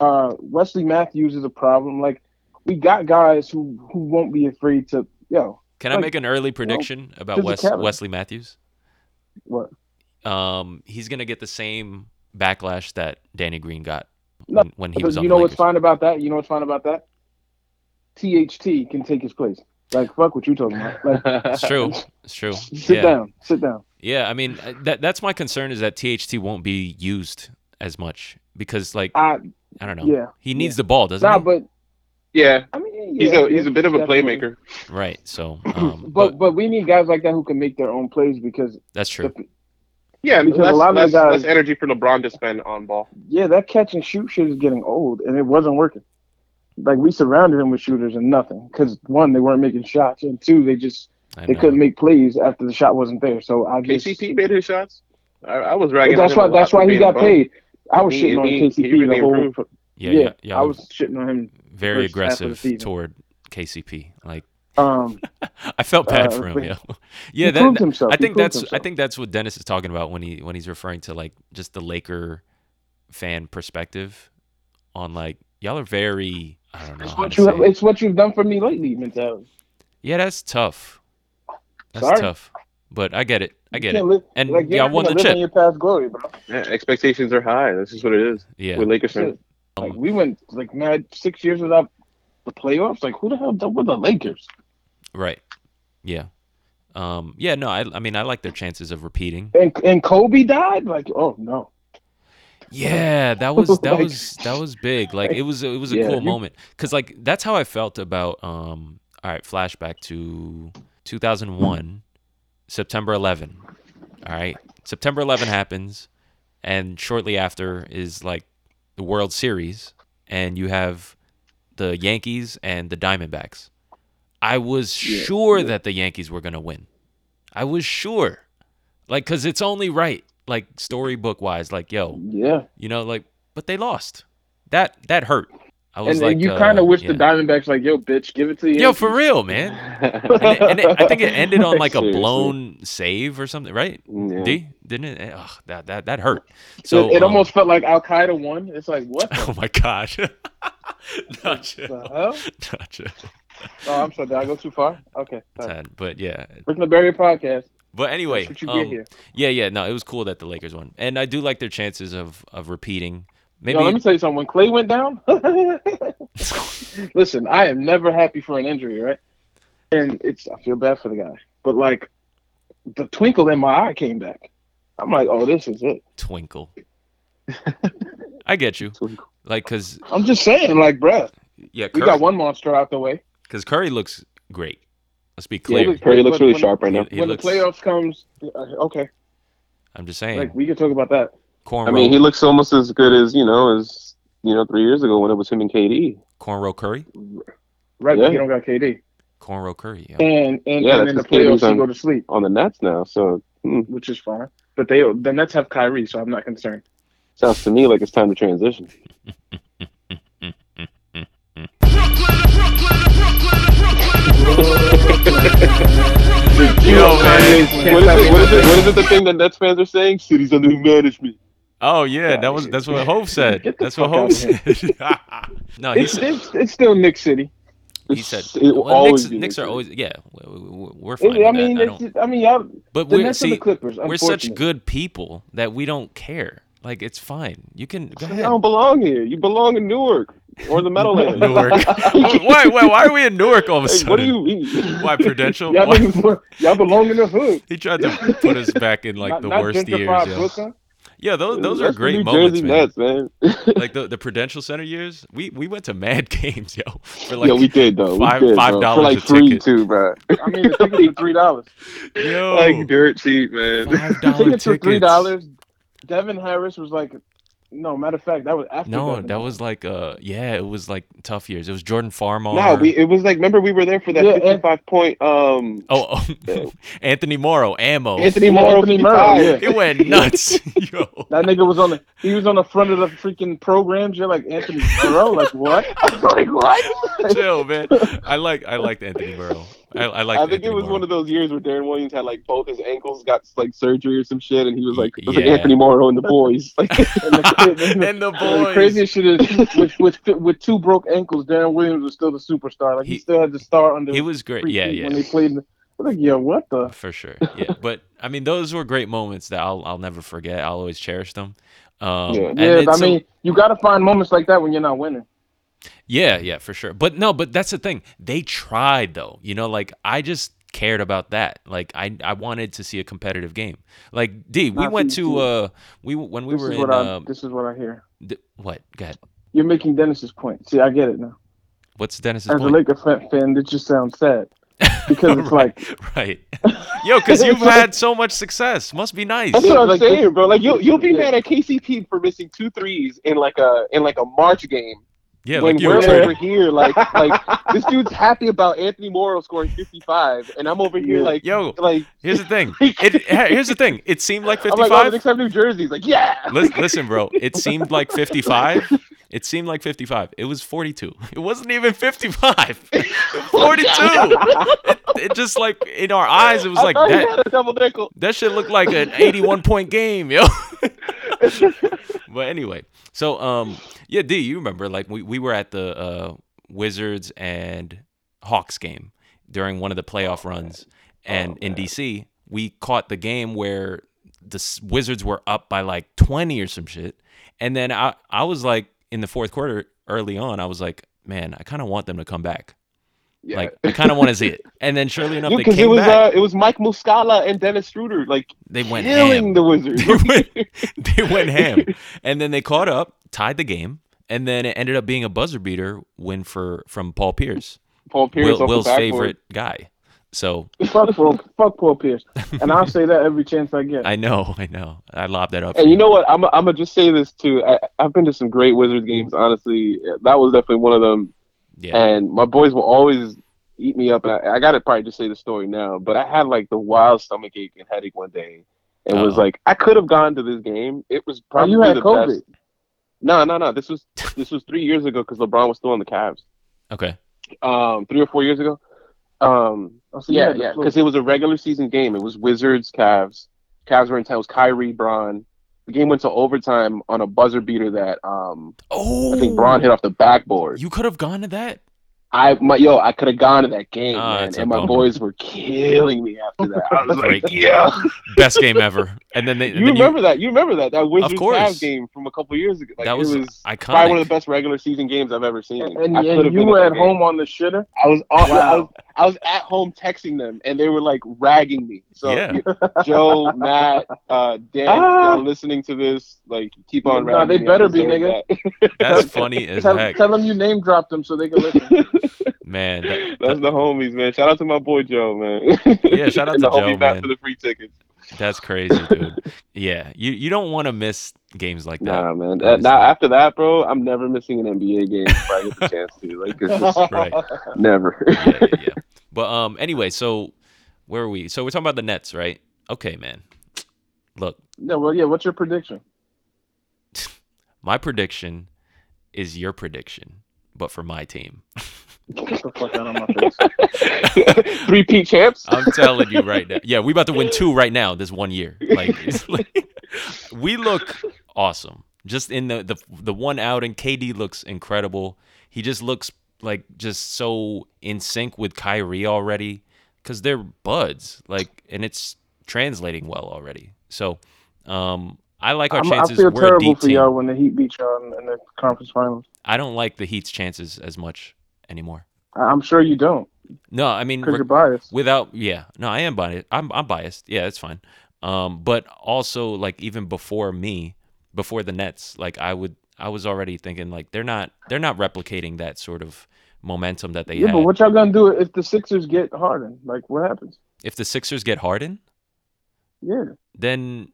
S4: Uh, Wesley Matthews is a problem. Like we got guys who who won't be afraid to yo
S3: Can I
S4: like,
S3: make an early prediction about
S4: there's a
S3: Wes,
S4: catalog.
S3: Wesley Matthews?
S4: what
S3: Um, he's gonna get the same backlash that Danny Green got
S4: No,
S3: when, when he
S4: But
S3: was on
S4: you
S3: the
S4: know what's
S3: Lakers.
S4: fine about that? You know what's fine about that? THT can take his place. Like fuck what you talking about.
S3: (laughs)
S4: Like
S3: It's true. It's true.
S4: (laughs) sit
S3: yeah.
S4: down, sit down.
S3: Yeah, I mean uh, that that's my concern is that THT won't be used as much because like I,
S4: I
S3: don't know.
S4: yeah,
S3: He needs the ball, doesn't
S4: nah,
S3: he?
S4: but
S5: (laughs) Yeah,
S4: I mean,
S5: he's
S4: yeah,
S5: a he's a bit of a
S4: definitely.
S5: playmaker.
S3: right.
S4: (clears throat)
S3: So um
S4: But but we need guys like that who can make their own plays because
S3: that's true.
S5: Yeah,
S4: Because a
S5: less,
S4: lot of the
S5: less,
S4: guys-
S5: less energy for LeBron to spend on ball.
S4: yeah, that catch and shoot shit is getting old and it wasn't working. Like we surrounded him with shooters and nothing because one they weren't making shots and two they just
S3: I
S4: they
S3: know.
S4: couldn't make plays after the shot wasn't there. So I just
S5: KCP made his shots. I, I was ragging.
S4: that's
S5: on
S4: why
S5: him a lot
S4: that's
S5: for
S4: why he
S5: being
S4: got
S5: LeBron.
S4: paid. I was
S5: He-
S4: shitting on
S5: he-
S4: KCP
S5: he really
S4: the whole
S5: improved.
S3: yeah, yeah, yeah,
S4: I was shitting on him.
S3: very
S4: first half of the
S3: aggressive
S4: season.
S3: toward KCP. Like
S4: Um,
S3: I felt bad
S4: Uh,
S3: for him.
S4: but
S3: Yeah, (laughs) yeah. That,
S4: proved
S3: that-
S4: himself.
S3: I
S4: He
S3: think
S4: proved
S3: that's I
S4: himself.
S3: think that's what Dennis is talking about when he when he's referring to like just the Laker fan perspective on like y'all are very I don't know.
S4: it's
S3: how
S4: what
S3: to say
S4: you
S3: it.
S4: it's what you've done for me lately mentality.
S3: Yeah, that's tough. That's
S4: Sorry.
S3: tough. But I get it. I get it.
S4: can't live-
S3: And
S4: like, you're
S3: yeah, I
S4: not
S3: won the
S4: gonna live
S3: chip.
S4: on your past glory, bro.
S5: Yeah, expectations are high. That's just what it is.
S3: yeah.
S5: With Lakers
S4: (laughs)
S5: fans.
S4: Like
S3: Oh.
S4: we went like mad six years without the playoffs. Like who the hell done with the Lakers?
S3: Right. Yeah. Um, yeah, no, I, I mean, I like their chances of repeating.
S4: And and Kobe died. Like oh no,
S3: Yeah,
S4: (laughs)
S3: that was that
S4: Like-
S3: was that was big. Like it was it was a
S4: Yeah,
S3: cool
S4: you-
S3: moment because like that's how I felt about um. All right, flashback to 2001, September 11. All right, September 11 happens, and shortly after is like the World Series, and you have the Yankees and the Diamondbacks. I was sure that the Yankees were gonna win. I was sure, like, cause it's only right, like storybook wise, like, yo,
S4: yeah.
S3: you know, like, but they lost. That that hurt. I was
S4: And,
S3: like,
S4: and you
S3: uh,
S4: kind of wish the
S3: yeah.
S4: Diamondbacks like yo bitch, give it to you.
S3: Yo, for real, man.
S5: (laughs)
S3: And it, and it, I
S4: (laughs)
S3: think it ended on like a blown save or something, right?
S5: Yeah.
S3: D didn't it? Ugh, that that that hurt.
S4: So
S3: So
S4: it, it
S3: um,
S4: almost felt like Al Qaeda won. It's like what
S3: (laughs) Oh my god. (laughs) Not chill.
S4: the hell?
S3: Not chill.
S4: Oh, I'm sorry. Did I go too far? Okay. Sorry.
S3: Sad, But yeah.
S4: Rick LeBerry podcast.
S3: But anyway,
S4: That's what you
S3: um,
S4: get here.
S3: yeah, yeah. No, it was cool that the Lakers won, and I do like their chances of of repeating. Maybe
S4: Yo, let me tell you something. When Clay went down, (laughs) listen, I am never happy for an injury, right? And it's I feel bad for the guy, but like the twinkle in my eye came back. I'm like, oh, this is it. (laughs)
S3: twinkle. I get you.
S5: Twinkle.
S3: Like, cause
S4: I'm just saying, like, bruh,
S3: yeah,
S4: we
S3: Curry,
S4: got one monster out the way.
S3: Cause Curry looks great. Let's be
S4: Yeah,
S3: clear.
S4: look-
S5: Curry looks
S4: When-
S5: really
S4: when-
S5: sharp right now.
S3: He
S4: when
S3: looks-
S4: the playoffs comes, uh, okay,
S3: I'm just saying.
S4: like we can talk about that.
S3: cornrow,
S5: I mean, he looks almost as good as you know as you know three years ago when it was him and KD.
S3: cornrow Curry,
S4: Right,
S5: Yeah.
S4: but you don't got KD,
S3: cornrow Curry. Yeah.
S4: and and,
S5: Yeah,
S4: and in the
S5: that's 'cause KD's
S4: playoffs you
S5: on-
S4: go to sleep,
S5: on the Nets now. So hmm,
S4: which is fine. But they the Nets have Kyrie, so I'm not concerned.
S5: sounds to me like it's time to transition. Yo, man. What is, it, what, is it, what is it the thing that Nets fans are saying? City's under management.
S3: Oh yeah, that was that's what
S4: (laughs)
S3: Hope said.
S4: Get the
S3: That's what
S4: fuck
S3: Hope
S4: out
S3: said. no, he
S4: It's,
S3: said. (laughs)
S4: it's, it's still Nick City.
S3: He
S5: It's-
S3: said.
S5: it will
S3: Well, Knicks,
S5: be
S3: Knicks
S5: Nick
S3: are
S5: City.
S3: always yeah. we- we- We're fine.
S4: It, I
S3: with that.
S4: mean,
S3: I
S4: it's
S3: don't-
S4: just, I mean, y'all,
S3: but
S4: the
S3: we're
S4: Nets and
S3: see,
S4: the Clippers.
S3: we're such
S4: unfortunately.
S3: good people that we don't care. Like it's fine. You can go
S5: You
S3: ahead.
S5: don't belong here. You belong in Newark or the Meadowlands.
S3: (laughs)
S5: (laughs)
S3: Newark. why, why? Why are we in Newark all of a
S5: Like,
S3: sudden?
S5: what do you mean?
S3: Why
S4: (laughs)
S3: Prudential?
S4: Y'all,
S3: Why-
S4: niggas- y'all belong in the hood.
S3: He tried to put us back in like
S4: not,
S3: the
S4: (laughs) not
S3: worst years.
S4: gentrified
S3: yo.
S4: Brooklyn.
S3: Yeah, those those are
S4: That's the
S3: great
S4: New
S3: moments,
S4: Jersey
S3: man.
S5: (laughs)
S4: Nets, man.
S3: Like the, the Prudential Center years, we, we went to mad (laughs) games, yo. For (laughs) like
S5: yeah, we did though. We
S3: five-
S5: did,
S3: five
S5: bro.
S3: dollars
S5: for like
S3: a
S5: free
S3: ticket.
S5: too, bro.
S4: I mean, the
S3: (laughs)
S4: tickets are three dollars.
S3: yo,
S5: (laughs) like dirt cheap,
S3: (laughs)
S5: man.
S3: five
S4: The
S3: dollar
S4: tickets
S3: tickets.
S4: were three dollars. Devin Harris was like, no. Matter of fact, that was after.
S3: No,
S4: Devin.
S3: that was like uh yeah, it was like tough years. It was Jordan Farmar.
S5: No, we it was like remember we were there for that
S4: Yeah, and-
S5: fifty-five point. Um,
S3: (laughs) Oh, oh (laughs) Anthony Morrow, ammo. (laughs)
S5: Anthony
S4: Yeah,
S5: Morrow,
S4: Anthony Morrow,
S5: 55.
S4: yeah.
S3: It went nuts, (laughs) yo.
S4: That nigga was on the he was on the front of the freaking programs. You're like Anthony Burrow, like what? I'm like what?
S3: Chill, man. I like I liked Anthony Morrow. I, I liked.
S5: I think it
S3: Anthony
S5: was
S3: Morrow.
S5: one of those years where Darren Williams had like both his ankles got like surgery or some shit, and he was like, it was like
S3: Yeah.
S5: Anthony Morrow and
S3: (laughs)
S5: the boys. Like,
S4: and the, and the,
S3: and the
S4: and the
S3: boys.
S4: craziest shit is with, with with two broke ankles, Darren Williams was still the superstar. Like he,
S3: He-
S4: still had the star under
S3: he
S4: his
S3: was great.
S4: freaking-
S3: Yeah, yeah.
S4: when they played. in the- I was like yeah, what the?
S3: for sure. Yeah, but I mean, those were great moments that I'll I'll never forget. I'll always cherish them. Um,
S5: Yeah.
S3: and
S4: Yeah,
S3: it's
S4: I
S3: a-
S4: mean, you got to find moments like that when you're not winning.
S3: yeah, yeah, for sure. But no, but that's the thing. They tried though. You know, like I just cared about that. Like I I wanted to see a competitive game. Like D, we
S4: Nah,
S3: went
S4: see,
S3: to
S4: see.
S3: uh we when we
S4: This
S3: were
S4: is
S3: in
S4: what I
S3: um
S4: this is what I hear.
S3: th- what God
S4: You're making Dennis's point. See, I get it now.
S3: what's Dennis's
S4: As a
S3: point?
S4: Laker fan, fan, it just sounds sad because it's like
S3: (laughs) right, yo,
S4: (laughs)
S3: because you've
S4: It's like-
S3: had so much success. Must be
S4: (laughs)
S3: nice.
S5: that's what I'm
S4: Like,
S5: saying, bro. Like you'll you'll be
S4: Yeah.
S5: mad at KCP for missing two threes in like a in like a March game
S3: Yeah,
S5: when
S3: like you
S5: we're
S3: were
S5: over
S3: trading. (laughs)
S5: here. Like like this dude's happy about Anthony Morrow scoring fifty-five, and I'm over here
S4: Yeah.
S5: like
S3: Yo,
S5: like
S3: here's the
S4: (laughs)
S3: thing. It (laughs) here's the thing. It seemed like
S5: I'm like, oh,
S3: 55.
S5: the Knicks have New Jersey's. Like yeah,
S3: (laughs) Lis- Listen, bro. It seemed like 55. It seemed like 55. It was 42. (laughs) It wasn't even (laughs) 55. 42.
S5: (laughs)
S3: It, it just like in our eyes, it was
S5: I
S3: like
S5: thought Oh, he
S3: that.
S5: had a double nickel.
S3: That shit looked like an 81 point game,
S5: (laughs)
S3: yo. but anyway, so um, yeah, D, you remember like we we were at the uh, Wizards and Hawks game during one of the playoff runs,
S5: Oh,
S3: and in DC we caught the game where the S- Wizards were up by like 20 or some shit, and then I I was like in the fourth quarter early on, I was like, man, I kind of want them to come back.
S5: Yeah.
S3: Like I kind of want to see it, and then surely
S5: (laughs)
S3: enough, they
S5: because
S3: came
S5: it was
S3: back.
S5: uh, it was Mike Muscala and Dennis Schroeder like
S3: they went ham.
S5: killing the Wizards.
S3: (laughs) they went, they went ham, and then they caught up, tied the game, and then it ended up being a buzzer beater win for from Paul Pierce,
S5: (laughs) Paul Pierce,
S3: Will,
S5: off the
S3: Will's
S5: backboard.
S3: favorite guy. So
S4: fuck Paul, fuck Paul Pierce,
S3: (laughs)
S4: and I'll say that every chance I get.
S3: I know, (laughs) I know, I lobbed that up. for
S5: And you know what? I'm I'm gonna just say this too. I, I've been to some great Wizards games. Honestly, that was definitely one of them.
S3: yeah,
S5: And my boys will always eat me up. And I, I gotta probably just say the story now, but I had like the wild stomach ache and headache one day, and was
S3: Uh-oh.
S5: like, I could have gone to this game. It was
S4: Oh,
S5: probably
S4: you had
S5: the
S4: COVID.
S5: best. No, no, no. This was this was three years ago because LeBron was still on the Cavs.
S3: okay,
S5: Um, three or four years ago. Um,
S4: Oh, so you
S5: Yeah,
S4: had the
S5: yeah,
S4: flu.
S5: because it was a regular season game. It was Wizards, Cavs. Cavs were in town. It was Kyrie, Braun. The game went to overtime on a buzzer beater that um
S3: oh,
S5: I think Braun hit off the backboard.
S3: You could have gone to that.
S5: I my yo, I could have gone to that game,
S3: Ah,
S5: man,
S3: it's a
S5: and my
S3: bummer.
S5: boys were killing me
S4: (laughs)
S5: after that. I was
S3: Great
S5: like,
S3: game.
S5: yeah,
S3: Best game ever, and then they,
S5: (laughs) you
S3: then
S5: remember that? You remember that that Wizards
S3: course.
S5: Cavs game from a couple years ago? Like,
S3: that
S5: it
S3: was,
S5: Probably one of
S3: iconic.
S5: the best regular season games I've ever seen.
S4: and,
S5: I
S4: and
S5: could've
S4: you
S5: been
S4: were
S5: that
S4: at
S5: game.
S4: home on the shitter.
S5: I was, off, I
S4: Wow.
S5: was I was at home texting them, and they were like ragging me. So
S3: Yeah.
S5: Joe, Matt, uh, Dan,
S4: Ah.
S5: y'all listening to this, like keep on
S4: Nah,
S5: ragging.
S4: they
S5: me. I
S4: better be,
S5: deserve
S4: nigga.
S5: (laughs) that.
S3: That's funny as
S4: Tell,
S3: heck,
S4: tell them you name dropped them so they can listen.
S5: (laughs)
S3: man. that- (laughs)
S5: That's the homies, man. Shout out to my boy Joe, man.
S3: Yeah, shout out
S5: (laughs) and
S3: to
S5: the
S3: Joe,
S5: homie Matt
S3: man.
S5: for the free tickets.
S3: that's crazy, dude. Yeah, you you don't want to miss games like that.
S5: Nah, man.
S3: That
S5: That,
S3: is-
S5: now after that, bro, I'm never missing an NBA game if I get the chance to. Like, it's (laughs) just
S3: Right.
S5: (laughs) never.
S3: yeah, yeah, yeah. But um, anyway, so where are we? So we're talking about the Nets, right? Okay, man. Look,
S4: yeah, well, yeah. What's your prediction?
S3: my prediction is your prediction, but for my team.
S4: Get the fuck out of my face.
S5: Three P champs.
S3: I'm telling you right now. Yeah, we about to win two right now this one year. Like, (laughs) it's like- we look awesome. Just in the, the the one outing, KD looks incredible. He just looks like just so in sync with Kyrie already because they're buds. Like, and it's translating well already. So, um, I like our
S4: I'm- I
S3: chances.
S4: feel
S3: We're a
S4: terrible
S3: D
S4: for y'all
S3: team.
S4: when the Heat beat y'all in, in the conference finals.
S3: I don't like the Heat's chances as much anymore.
S4: I, I'm sure you don't
S3: No, I mean,
S4: because
S3: re-
S4: you're biased.
S3: without yeah no i am biased i'm, I'm biased yeah it's fine Um, but also like even before me, before the Nets, like I would I was already thinking like they're not they're not replicating that sort of momentum that they
S4: Yeah,
S3: had.
S4: but what y'all gonna do if the Sixers get Harden? Like, what happens?
S3: if the Sixers get Harden,
S4: Yeah,
S3: then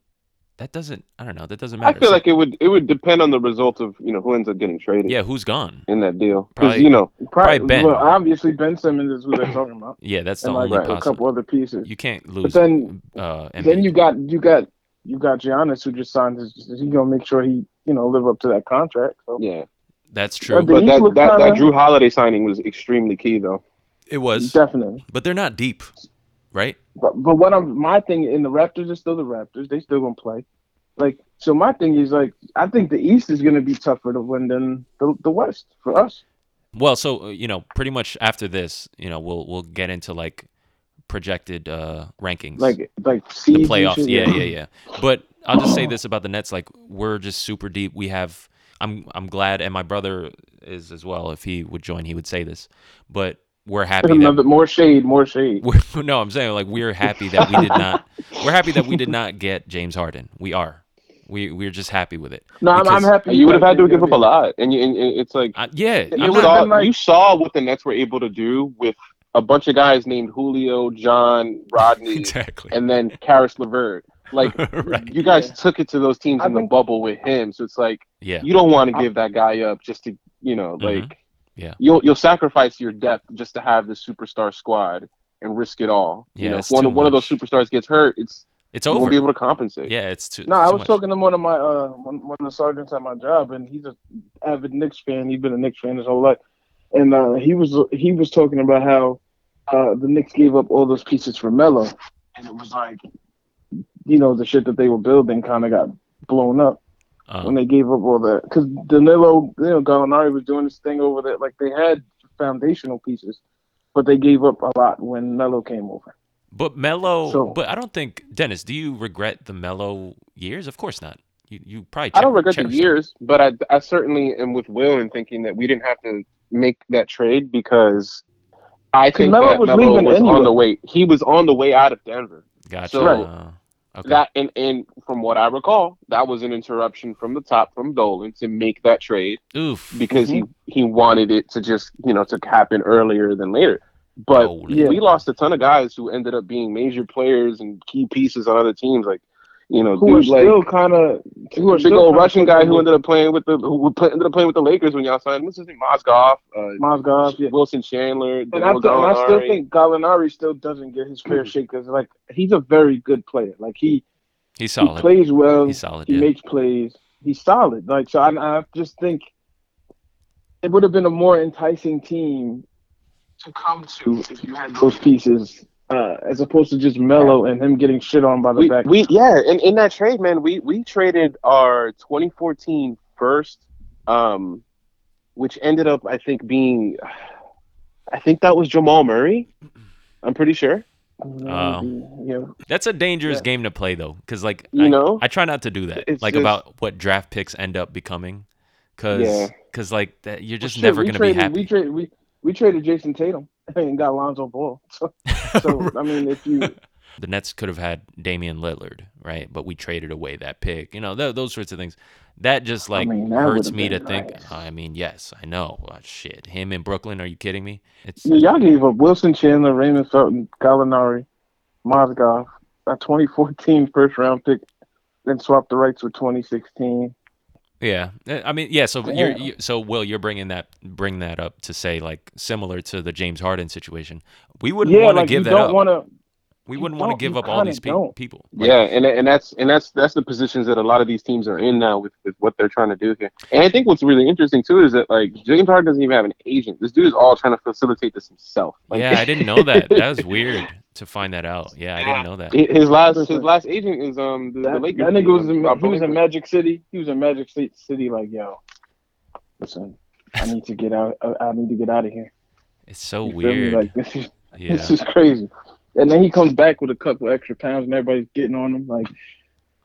S3: that doesn't I don't know, that doesn't
S5: I
S3: matter.
S5: feel
S3: So-
S5: like it would it would depend on the result of you know who ends up getting traded
S3: yeah, who's gone?
S5: in that deal because
S3: Probably-
S5: you know
S3: Probably Ben.
S4: Well, obviously Ben Simmons is who they're talking about,
S3: Yeah, that's the
S4: and
S3: only
S4: like a couple
S3: possible.
S4: other pieces.
S3: You can't
S4: But
S3: lose.
S4: then,
S3: uh,
S4: then
S3: Embiid.
S4: you got you got you got Giannis who just signed his. He gonna make sure he you know live up to that contract. So
S5: yeah.
S3: that's
S4: Well,
S3: true.
S4: the
S5: But
S4: East
S5: that
S4: was
S5: that, that
S4: kinda-
S5: Drew Holiday signing was extremely key though.
S3: It was,
S4: definitely.
S3: but they're not deep, right?
S4: But, but what I'm my thing in the Raptors is still the Raptors. They still gonna play. Like so, my thing is like I think the East is gonna be tougher to win than the the West for us.
S3: Well, so uh, you know, pretty much after this, you know, we'll we'll get into like projected uh rankings,
S4: Like like
S3: the
S4: seeds and
S3: playoffs.
S4: shit.
S3: Yeah, yeah, yeah. But I'll just say this about the Nets: like we're just super deep. We have. I'm I'm glad, and my brother is as well. If he would join, he would say this. But we're happy that
S4: (laughs) Another more shade, more shade.
S3: We're, (laughs) no, I'm saying like we're happy that we did not. we're happy that we did not get James Harden. We are. We we're just happy with it.
S4: No, I'm, I'm
S3: Because-
S4: happy.
S5: You would have had to give up a lot, and, you, and and it's like
S3: I, Uh, yeah,
S4: It
S3: I'm
S5: you
S4: would've
S3: not,
S5: saw
S4: been like-
S5: you saw what the Nets were able to do with a bunch of guys named Julio, John, Rodney,
S3: (laughs) exactly.
S5: and then Karis LeVert. Like
S3: (laughs) right.
S5: you guys took it to those teams
S4: I
S5: in the
S4: think-
S5: bubble with him, so it's like
S3: Yeah.
S5: you don't want to give that guy up just to you know
S3: Mhm.
S5: like
S3: Yeah.
S5: you'll you'll sacrifice your depth just to have the superstar squad and risk it all.
S3: Yeah,
S5: you know, if
S3: it's
S5: one
S3: too
S5: of one of those
S3: much.
S5: superstars gets hurt, it's
S3: It's
S5: you won't be
S3: over.
S5: able to compensate.
S3: Yeah, it's too.
S4: No,
S3: it's
S4: I
S3: too
S4: was
S3: much.
S4: talking to one of my uh one, one of the sergeants at my job, and he's a avid Knicks fan. He's been a Knicks fan his whole life, and uh, he was he was talking about how uh, the Knicks gave up all those pieces for Melo, and it was like, you know, the shit that they were building kind of got blown up when
S3: Um,
S4: they gave up all that because Danilo, you know, Gallinari was doing this thing over there. Like they had foundational pieces, but they gave up a lot when Melo came over.
S3: but Mello.
S4: So-
S3: but I don't think Dennis. Do you regret the Mello years? Of course not. You you probably.
S5: I don't
S3: cher-
S5: regret the
S3: cherish them.
S5: years, but I, I certainly am with Will in thinking that we didn't have to make that trade because I think
S4: Melo
S5: that
S4: was
S5: Melo
S4: leaving
S5: was
S4: anyway.
S5: on the way. He was on the way out of Denver.
S3: Gotcha.
S5: So-
S3: uh, okay.
S5: That and, and from what I recall, that was an interruption from the top from Dolan to make that trade
S3: Oof.
S5: because
S4: Mm-hmm.
S5: he he wanted it to just you know to happen earlier than later. But
S3: Holy.
S4: Oh, Yeah.
S5: we lost a ton of guys who ended up being major players and key pieces on other teams, like you know,
S4: Who are
S5: dudes like
S4: still kind of who are
S5: big
S4: still
S5: old
S4: kinda
S5: Russian guy
S4: pushing-
S5: who ended up playing with the who pl- ended up playing with the Lakers when y'all signed. What's his name? Mozgov, uh,
S4: Mozgov, yeah.
S5: Wilson Chandler,
S4: And I,
S5: Danilo
S4: th- and I still
S5: Gallinari.
S4: think Gallinari still doesn't get his
S5: (laughs)
S4: fair shake because, like, he's a very good player. Like, he,
S3: He's
S4: he
S3: solid.
S4: plays well.
S3: He's solid.
S4: he
S3: Yeah.
S4: makes plays. He's solid. Like, so I, I just think it would have been a more enticing team to come to if you had those pieces, uh, as opposed to just Melo and him getting shit on by the
S5: we,
S4: back.
S5: we yeah, and in that trade, man, we we traded our 2014 first, um, which ended up I think being, I think that was Jamal Murray. I'm pretty sure.
S3: Oh.
S4: yeah.
S3: That's a dangerous
S4: Yeah.
S3: game to play though, because like
S5: You
S3: I,
S5: know?
S3: I try not to do that.
S5: It's
S3: like
S5: just-
S3: about what draft picks end up becoming, because
S5: Yeah.
S3: like that you're just
S4: Shit,
S3: never
S4: we
S3: gonna
S4: traded,
S3: be happy.
S4: We, tra- we, we traded Jason Tatum (laughs) and got Lonzo Ball. (laughs) So,
S3: (laughs)
S4: so I mean, if you.
S3: the Nets could have had Damian Lillard, right? But we traded away that pick. You know th- those sorts of things. That just like
S4: mean, that
S3: hurts
S4: would've
S3: me to
S4: been nice.
S3: think. I mean, yes, I know. Oh, shit, him in Brooklyn? Are you kidding me? It's
S4: Yeah, y'all gave up Wilson Chandler, Raymond Felton, Gallinari, Mozgov, a 2014 first round pick, then swapped the rights with 2016.
S3: Yeah, Uh, I mean, yeah. So you're
S4: Damn.
S3: you, so Will, you're bringing that bring that up to say like similar to the James Harden situation. We wouldn't
S4: yeah,
S3: want to
S4: like
S3: give
S4: you
S3: that
S4: don't
S3: up.
S4: want to.
S3: we
S4: you
S3: wouldn't want to
S4: don't-
S3: give
S4: you
S3: up all
S4: kinda
S3: these pe-
S4: don't.
S3: people. Like,
S5: Yeah, and and that's and that's that's the positions that a lot of these teams are in now with, with what they're trying to do here. And I think what's really interesting too is that like James Harden doesn't even have an agent. This dude is all trying to facilitate this himself. Like,
S3: yeah, I
S4: (laughs)
S3: didn't know that. That was weird to find that out. Yeah, I didn't know that.
S5: (laughs) His last his last agent is um the, the
S4: That,
S5: Lakers.
S4: that nigga was in,
S5: Rob
S4: he was in
S5: Pelinka.
S4: Magic City. He was in Magic Ci- City. Like yo, listen, I need to get out. I, I need to get out of here.
S3: It's so
S4: You feel me?
S3: weird.
S4: (laughs) Like this is
S3: Yeah,
S4: this is crazy. And then he comes back with a couple extra pounds, and everybody's getting on him. Like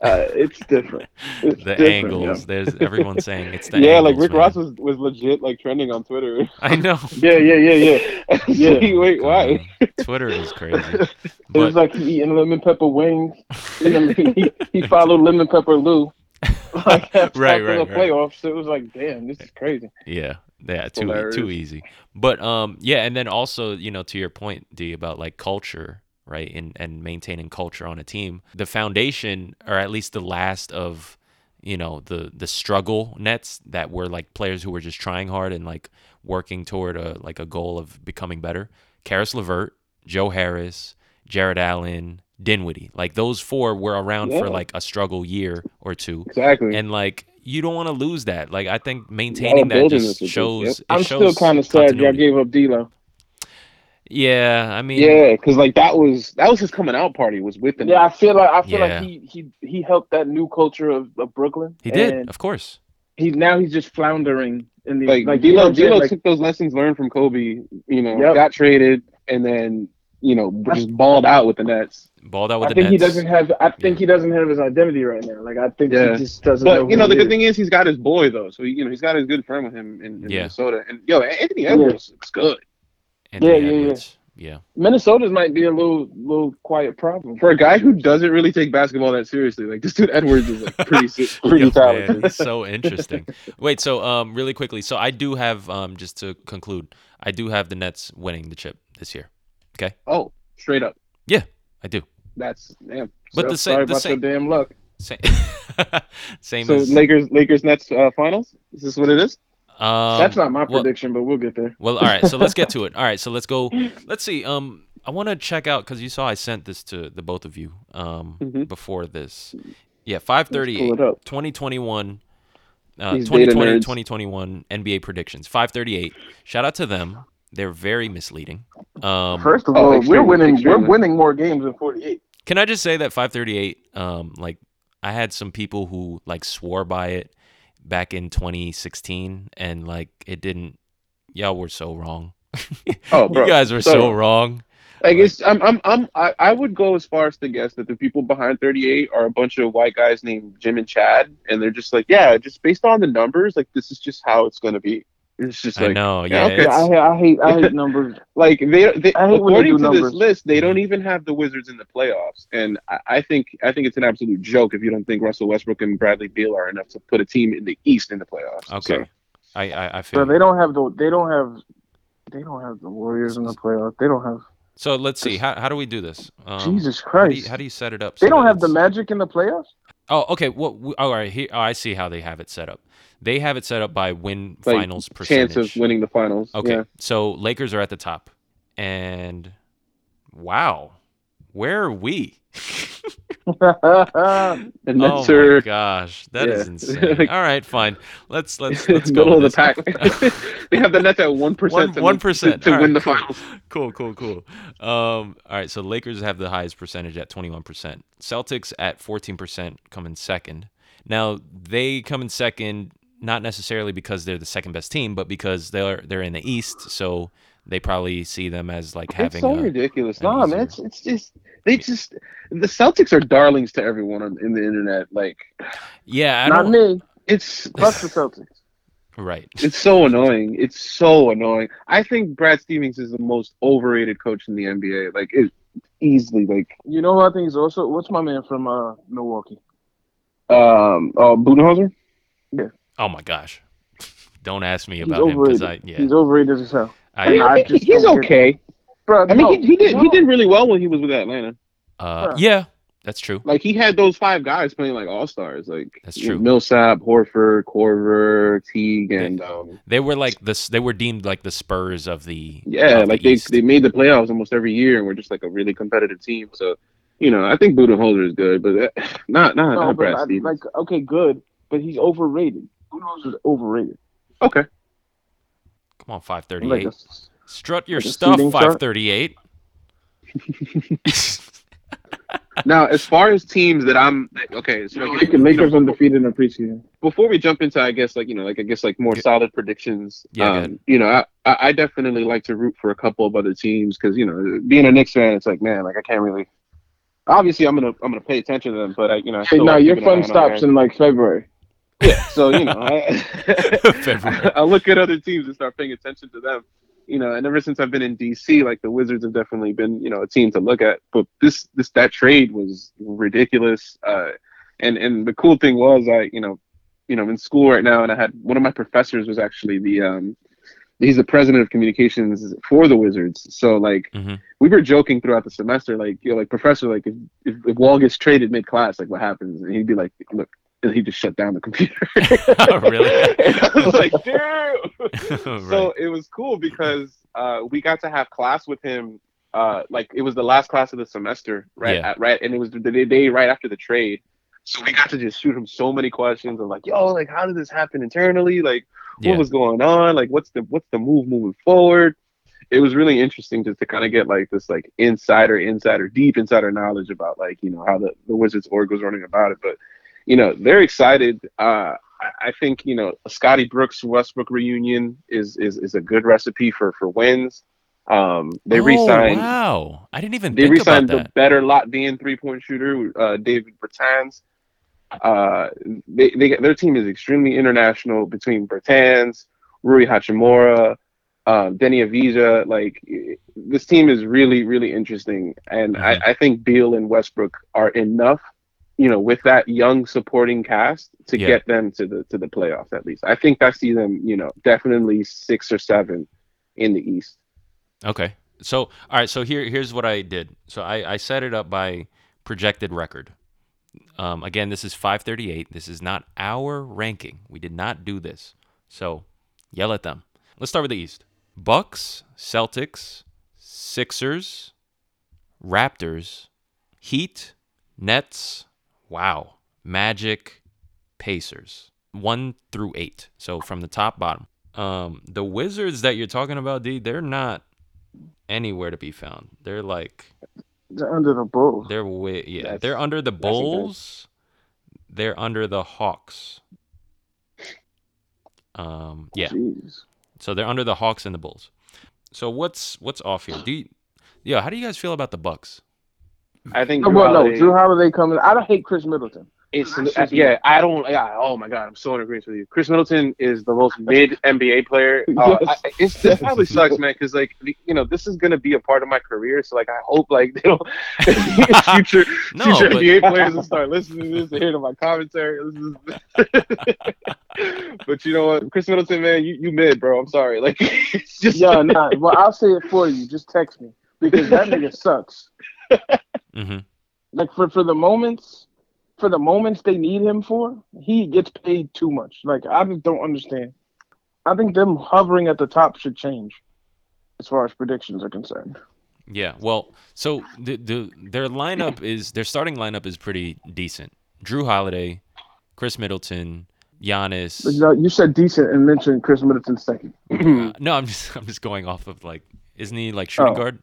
S4: Uh, it's different. It's
S3: the
S4: different,
S3: angles. There's everyone saying it's the
S5: yeah,
S3: angles,
S5: like Rick
S3: man.
S5: Ross was, was legit like trending on Twitter. (laughs)
S3: I know.
S4: Yeah, yeah, yeah, yeah. (laughs)
S5: yeah. Wait, why?
S3: God, Twitter is
S5: (laughs)
S3: crazy.
S4: It
S3: But
S4: was like he eating lemon
S3: (laughs)
S4: pepper wings. You know, he, he followed lemon pepper Lou. Like
S3: Right,
S4: after
S3: right,
S4: The
S3: right.
S4: playoffs. It was like, damn, this is crazy.
S3: yeah, yeah, too
S5: Hilarious.
S3: too easy. But um, yeah, and then also you know to your point, D, about like culture, right, and and maintaining culture on a team. The foundation, or at least the last of you know the the struggle nets that were like players who were just trying hard and like working toward a like a goal of becoming better. Karis Levert, Joe Harris, Jared Allen, Dinwiddie. Like those four were around for
S5: Yeah.
S3: like a struggle year or two.
S5: Exactly.
S3: and like you don't want to lose that. Like I think maintaining that
S5: building
S3: just
S5: this is-
S3: shows.
S5: yep.
S3: It
S4: I'm
S3: shows
S4: still kind of sad y'all
S3: continuity.
S4: gave up D'Lo.
S3: Yeah, I mean,
S5: yeah, because like that was that was his coming out party was with him.
S4: Yeah, I feel like I feel
S3: Yeah.
S4: like he he he helped that new culture of, of Brooklyn.
S3: he did,
S4: And
S3: of course.
S4: he now he's just floundering in the
S5: like, like
S4: you know
S5: D'Lo,
S4: what I'm saying?
S5: D'Lo
S4: Like,
S5: took those lessons learned from Kobe. You know,
S4: Yep.
S5: got traded and then you know just balled out with the Nets.
S3: Balled out
S4: I
S3: with
S4: think
S3: the Nets.
S4: he doesn't have. I think
S3: Yeah.
S4: he doesn't have his identity right now. Like I think
S5: Yeah.
S4: he just doesn't. know
S5: But
S4: who
S5: you know, the
S4: he
S5: good
S4: is.
S5: thing is he's got his boy though, so you know he's got his good friend with him in, in
S3: Yeah.
S5: Minnesota. And yo, Anthony Edwards looks good
S3: Anthony
S4: Yeah, yeah, yeah.
S3: Edwards. yeah.
S4: Minnesota's might be a little little quiet problem.
S5: for a guy who doesn't really take basketball that seriously. Like this dude Edwards is like
S4: (laughs)
S5: pretty si- pretty
S3: Yo, man,
S5: talented.
S3: he's so interesting. Wait, so um, really quickly, so I do have um, just to conclude, I do have the Nets winning the chip this year.
S5: Oh, straight up.
S3: I do.
S5: That's damn.
S3: But
S4: So
S3: the same,
S4: sorry
S3: the
S4: about
S3: same,
S4: your damn luck.
S3: same, (laughs) same
S5: So
S3: as
S5: Lakers Lakers Nets uh, finals. Is this what it is?
S3: um,
S4: That's not my
S3: well-
S4: prediction, but we'll get there.
S3: Well, all right, so let's get to it. All right, so let's go. Let's see. Um, I want to check out because you saw I sent this to the both of you. Um,
S5: Mhm.
S3: before this, yeah, five
S4: Let's pull
S3: thirty-eight,
S4: it up.
S3: 2021, uh,
S5: These data
S3: 2020,
S5: nerds.
S3: 2021 NBA predictions. Five thirty-eight. Shout out to them. They're very misleading. Um,
S4: First of
S5: Oh,
S4: all,
S5: extremely,
S4: we're winning.
S5: extremely.
S4: We're winning more games than forty-eight.
S3: Can I just say that 538 um like I had some people who like swore by it back in 2016 and like it didn't y'all were so wrong.
S5: Oh, bro.
S3: you guys were so,
S5: so-
S3: wrong.
S5: Like it's I'm I'm I'm I, I would go as far as to guess that the people behind 38 are a bunch of white guys named Jim and Chad, and they're just like, yeah, just based on the numbers, like this is just how it's gonna be. It's just
S3: I
S5: like
S3: know.
S5: yeah,
S3: Yeah.
S5: okay.
S3: it's-
S4: Yeah, I, hate- I hate. I (laughs) hate numbers.
S3: (laughs)
S5: like they, they
S4: I hate when they
S5: according
S4: do
S5: to this
S4: numbers.
S5: list, they don't even have the Wizards in the playoffs, and I, I think I think it's an absolute joke if you don't think Russell Westbrook and Bradley Beal are enough to put a team in the East in the playoffs.
S3: okay. I, I I feel
S4: So
S3: you.
S4: they don't have the. They don't have. They don't have the Warriors in the playoffs. They don't have.
S3: So let's see. How, how do we do this? Um,
S4: Jesus
S3: How do, you,
S4: Christ.
S3: how do you set it up?
S4: They
S3: so
S4: don't
S3: that
S4: have the
S3: it's-
S4: Magic in the playoffs. (laughs)
S3: Oh, okay. Well, we, all right. Here, oh, I see how they have it set up. They have it set up by win
S5: Like,
S3: finals
S5: so chance
S3: percentage.
S5: of winning the finals.
S3: Okay.
S5: yeah.
S3: So Lakers are at the top. And wow. Where are we?
S5: the
S3: oh
S5: (laughs) Nets
S3: my
S5: are
S3: gosh. that is
S5: Yeah.
S3: insane.
S5: (laughs)
S3: All right, fine. Let's let's let's go.
S5: middle of the
S3: with (laughs)
S5: pack. (laughs)
S3: this.
S5: they have the Nets at one
S3: One-
S5: percent.
S3: 1%,
S5: to,
S3: all right.
S5: win the (laughs) finals.
S3: cool, cool, cool. Um, all right, so Lakers have the highest percentage at 21%. Celtics at 14% come in second. Now, they come in second not necessarily because they're the second best team, but because they're they're in the East, so they probably see them as like
S5: It's
S3: having
S5: so
S3: a,
S5: ridiculous.
S3: an
S5: Nah, man, it's
S3: easier-
S5: it's just they just the Celtics are darlings to everyone on, in the internet. Like
S3: Yeah, I
S4: Not
S3: don't (laughs)
S4: me.
S5: it's
S4: (laughs) Plus the Celtics.
S3: right.
S5: It's so annoying. It's so annoying. I think Brad Stevens is the most overrated coach in the NBA. Like it easily like
S4: You know who I think is also what's my man from uh, Milwaukee?
S5: um oh Budenholzer?
S3: (laughs) Oh my gosh. (laughs) Don't ask me
S4: He's
S3: about him cuz
S4: overrated.
S3: I yeah.
S4: He's overrated as hell.
S5: I mean,
S3: I
S5: I
S4: I
S5: think
S4: just
S5: he's
S4: don't get-
S5: okay.
S4: Bro,
S5: I mean he, he did he did really well when he was with Atlanta.
S3: uh
S4: Sure.
S3: yeah, that's true.
S5: Like he had those five guys playing like all stars. Like
S3: That's
S5: you know,
S3: true.
S5: Millsap, Horford, Corver, Teague, and um
S3: They were like this they were deemed like the Spurs of the
S5: yeah,
S3: of the
S5: like they,
S3: East.
S5: they made the playoffs almost every year and we're just like a really competitive team. So you know, I think Budenholzer is good, but uh, not
S4: No,
S5: not, not
S4: but
S5: Brad
S4: I,
S5: Stevens.
S4: like okay, good, but he's overrated. Who knows is overrated?
S5: okay.
S3: Come on, 538.
S4: Like a,
S3: Strut your
S4: Like a
S3: stuff,
S4: seating chart?
S3: (laughs)
S4: (laughs)
S3: 538.
S5: Now, as far as teams that I'm okay, so like,
S4: Lakers, Lakers undefeated in the preseason.
S5: before we jump into, I guess like you know, like I guess like more
S3: Yeah.
S5: solid predictions.
S3: Yeah, go ahead.
S5: um, you know, I I I definitely like to root for a couple of other teams because you know, being a Knicks fan, it's like man, like I can't really, Obviously, I'm gonna I'm gonna pay attention to them, but I, you know. I
S4: Hey,
S5: still
S4: no,
S5: like
S4: your
S5: keeping an
S4: fun
S5: eye on
S4: stops in like February.
S5: Yeah, so you know, I,
S3: February.
S5: I look at other teams and start paying attention to them. You know, and ever since I've been in DC, like the Wizards have definitely been, you know, a team to look at. But this, this, that trade was ridiculous. Uh, and and the cool thing was, I, you know, you know, I'm in school right now, and I had one of my professors was actually the, um, he's the president of communications for the Wizards. So like,
S3: Mhm.
S5: we were joking throughout the semester, like, you know, like professor, like if if, if Wall gets traded mid class, like what happens? And he'd be like, look, and he just shut down the computer.
S3: Oh, Really? (laughs) Oh,
S5: And (laughs) I was like, dude. So
S3: Right.
S5: it was cool because uh, we got to have class with him. Uh, like it was the last class of the semester, right?
S3: Yeah.
S5: At, right, and it was the day, day right after the trade. So we got to just shoot him so many questions of like, yo, like how did this happen internally? Like
S3: Yeah.
S5: what was going on? Like what's the what's the move moving forward? It was really interesting just to kind of get like this like insider, insider, deep insider knowledge about like you know how the the Wizards org was running about it. But you know they're excited. Uh, I, I think you know a Scotty Brooks Westbrook reunion is is is a good recipe for for wins. Um, they
S3: oh,
S5: re-signed
S3: Wow. I didn't even
S5: they
S3: think about
S5: re-signed the
S3: that.
S5: better Latvian three-point shooter, uh, David Bertans. Uh, they, they their team is extremely international between Bertans, Rui Hachimura, um, Denny Avija. Like eh, this team is really really interesting, and
S3: Mhm.
S5: I, I think Beal and Westbrook are enough. You know, with that young supporting cast to
S3: Yeah.
S5: get them to the to the playoffs at least. I think I see them, you know, definitely six or seven in the East.
S3: Okay. So all right. So here here's what I did. So I I set it up by projected record. Um, again, this is 538. This is not our ranking. We did not do this. So yell at them. Let's start with the East. Bucks, Celtics, Sixers, Raptors, Heat, Nets. Wow. Magic, Pacers. One through eight. So from the top bottom. Um, the Wizards that you're talking about, D, they're not anywhere to be found. They're like
S4: They're under the Bulls.
S3: they're way yeah.
S5: That's-
S3: they're under the
S5: that's a good-
S3: Bulls. They're under the Hawks. Um yeah.
S4: Jeez.
S3: So they're under the Hawks and the Bulls. So what's what's off here? Do you, yeah, how do you guys feel about the Bucks?
S5: I think
S4: No,
S5: Drew
S4: Oh, well, no,
S5: Holiday-
S4: Drew Holiday coming. I don't hate Chris (laughs) Middleton.
S5: It's
S4: Actually,
S5: uh, yeah. I don't. Yeah. Oh my God. I'm so in agreement with you. Chris Middleton is the
S4: (laughs)
S5: most mid NBA player. Uh,
S4: Yes.
S5: I, I- it's, it probably sucks, man. Because like the- you know, this is gonna be a part of my career. So like, I hope like (laughs) they don't
S4: (laughs)
S5: future
S3: No,
S5: future
S3: but-
S5: NBA players will start listening to this and hear to my commentary. This is- (laughs) but you know what, Chris Middleton, man, you, you mid, bro. I'm sorry. Like, (laughs) it's just
S4: Yeah, nah. Well, I'll say it for you. Just text me because that (laughs) nigga sucks.
S3: Mm-hmm.
S4: Like for for the moments, for the moments they need him for, he gets paid too much. Like I just don't understand. I think them hovering at the top should change, as far as predictions are concerned.
S3: Yeah. Well, so the, the their lineup is their starting lineup is pretty decent. Drew Holiday, Chris Middleton, Giannis.
S4: But, you, know, you said decent and mentioned Chris Middleton second.
S5: Hmm.
S3: Uh, no, I'm (laughs) just I'm just going off of like isn't he like shooting
S4: Oh.
S3: guard?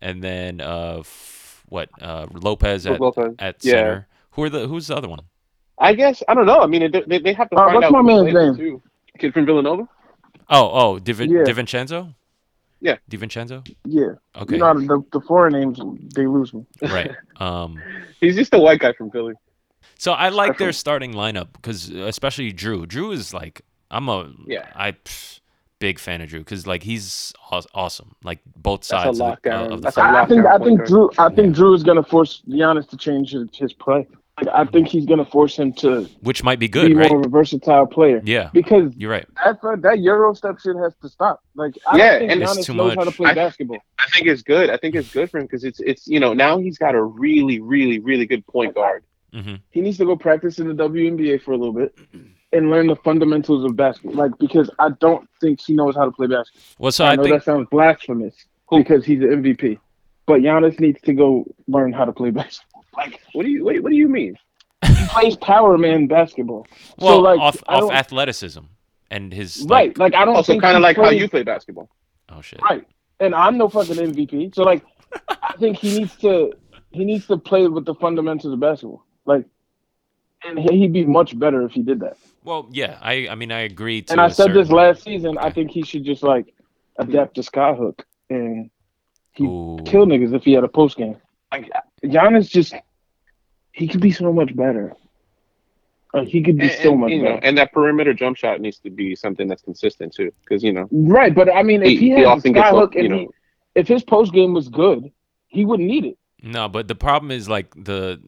S3: And then uh f- what uh Lopez at
S5: Lopez,
S3: at
S5: yeah.
S3: center. Who are the who's the other one?
S5: I guess I don't know. I mean, it, they, they have to
S4: Uh,
S5: find
S4: what's
S5: out.
S4: my
S5: who
S4: man's
S5: played it,
S4: name?
S5: too. Kid from Villanova.
S3: Oh, oh, Divin-
S4: Yeah.
S3: DiVincenzo?
S5: Yeah.
S3: DiVincenzo?
S4: Yeah,
S3: Okay.
S4: you
S5: (laughs)
S4: know how the, the foreign names they lose me.
S3: right. Um
S5: He's just a white guy from Philly.
S3: so I like their starting lineup cuz especially Drew. Drew is like I'm a
S5: Yeah.
S3: I pff, big fan of Drew cuz like he's aw- awesome. Like both
S5: That's a
S3: sides of, the,
S5: lockdown.
S3: of the
S5: That's a
S3: fight.
S4: I think I
S5: Lockdown
S4: think
S5: point
S4: Drew I think Drew is gonna force Giannis to change his, his play. I I think he's gonna force him to
S3: which might be good,
S4: be
S3: right?
S4: more of a versatile player.
S3: Yeah.
S4: Because
S3: You're right.
S4: that that Euro step shit has to stop. Like I
S5: Yeah,
S4: don't think
S5: and
S3: it's
S4: Giannis
S3: too
S4: knows how to
S3: much.
S4: play
S5: I-
S4: basketball.
S5: I think it's good. I think it's good for him because it's it's you know now he's got a really really really good point guard.
S3: Mhm.
S4: He needs to go practice in the WNBA for a little bit and learn the fundamentals of basketball. Like because I don't think he knows how to play basketball.
S3: Well, so
S4: I,
S3: I
S4: know
S3: think
S4: that sounds blasphemous because he's an MVP. But Giannis needs to go learn how to play basketball.
S5: Like what do you what, what do you mean?
S4: He plays power man basketball.
S3: Well,
S4: so like
S3: off
S4: I
S3: off
S4: don't-
S3: athleticism and his
S4: right,
S3: Like,
S4: like I don't
S5: Also,
S4: think
S5: kind of
S4: he
S5: like how
S4: plays-
S5: you play basketball.
S3: oh shit.
S4: Right. And I'm no fucking MVP. So like I think he needs to he needs to play with the fundamentals of basketball. Like and he- he'd be much better if he did that.
S3: Well, yeah. I I mean I agree to.
S4: and I
S3: a
S4: said this
S3: certain-
S4: last season, I think he should just like adapt to Skyhook and he
S3: Ooh.
S4: kill niggas if he had a post game. Like Giannis just he could be so much better. Like he could be
S5: And,
S4: so
S5: and,
S4: much
S5: you know,
S4: better.
S5: and that perimeter jump shot needs to be something that's consistent too, because you know
S4: right, but I mean, if
S5: He-
S4: he,
S5: he
S4: had the
S5: often gets
S4: skyhook
S5: lucky,
S4: and
S5: you
S4: he,
S5: know.
S4: if his post game was good, he wouldn't need it.
S3: No, but the problem is like the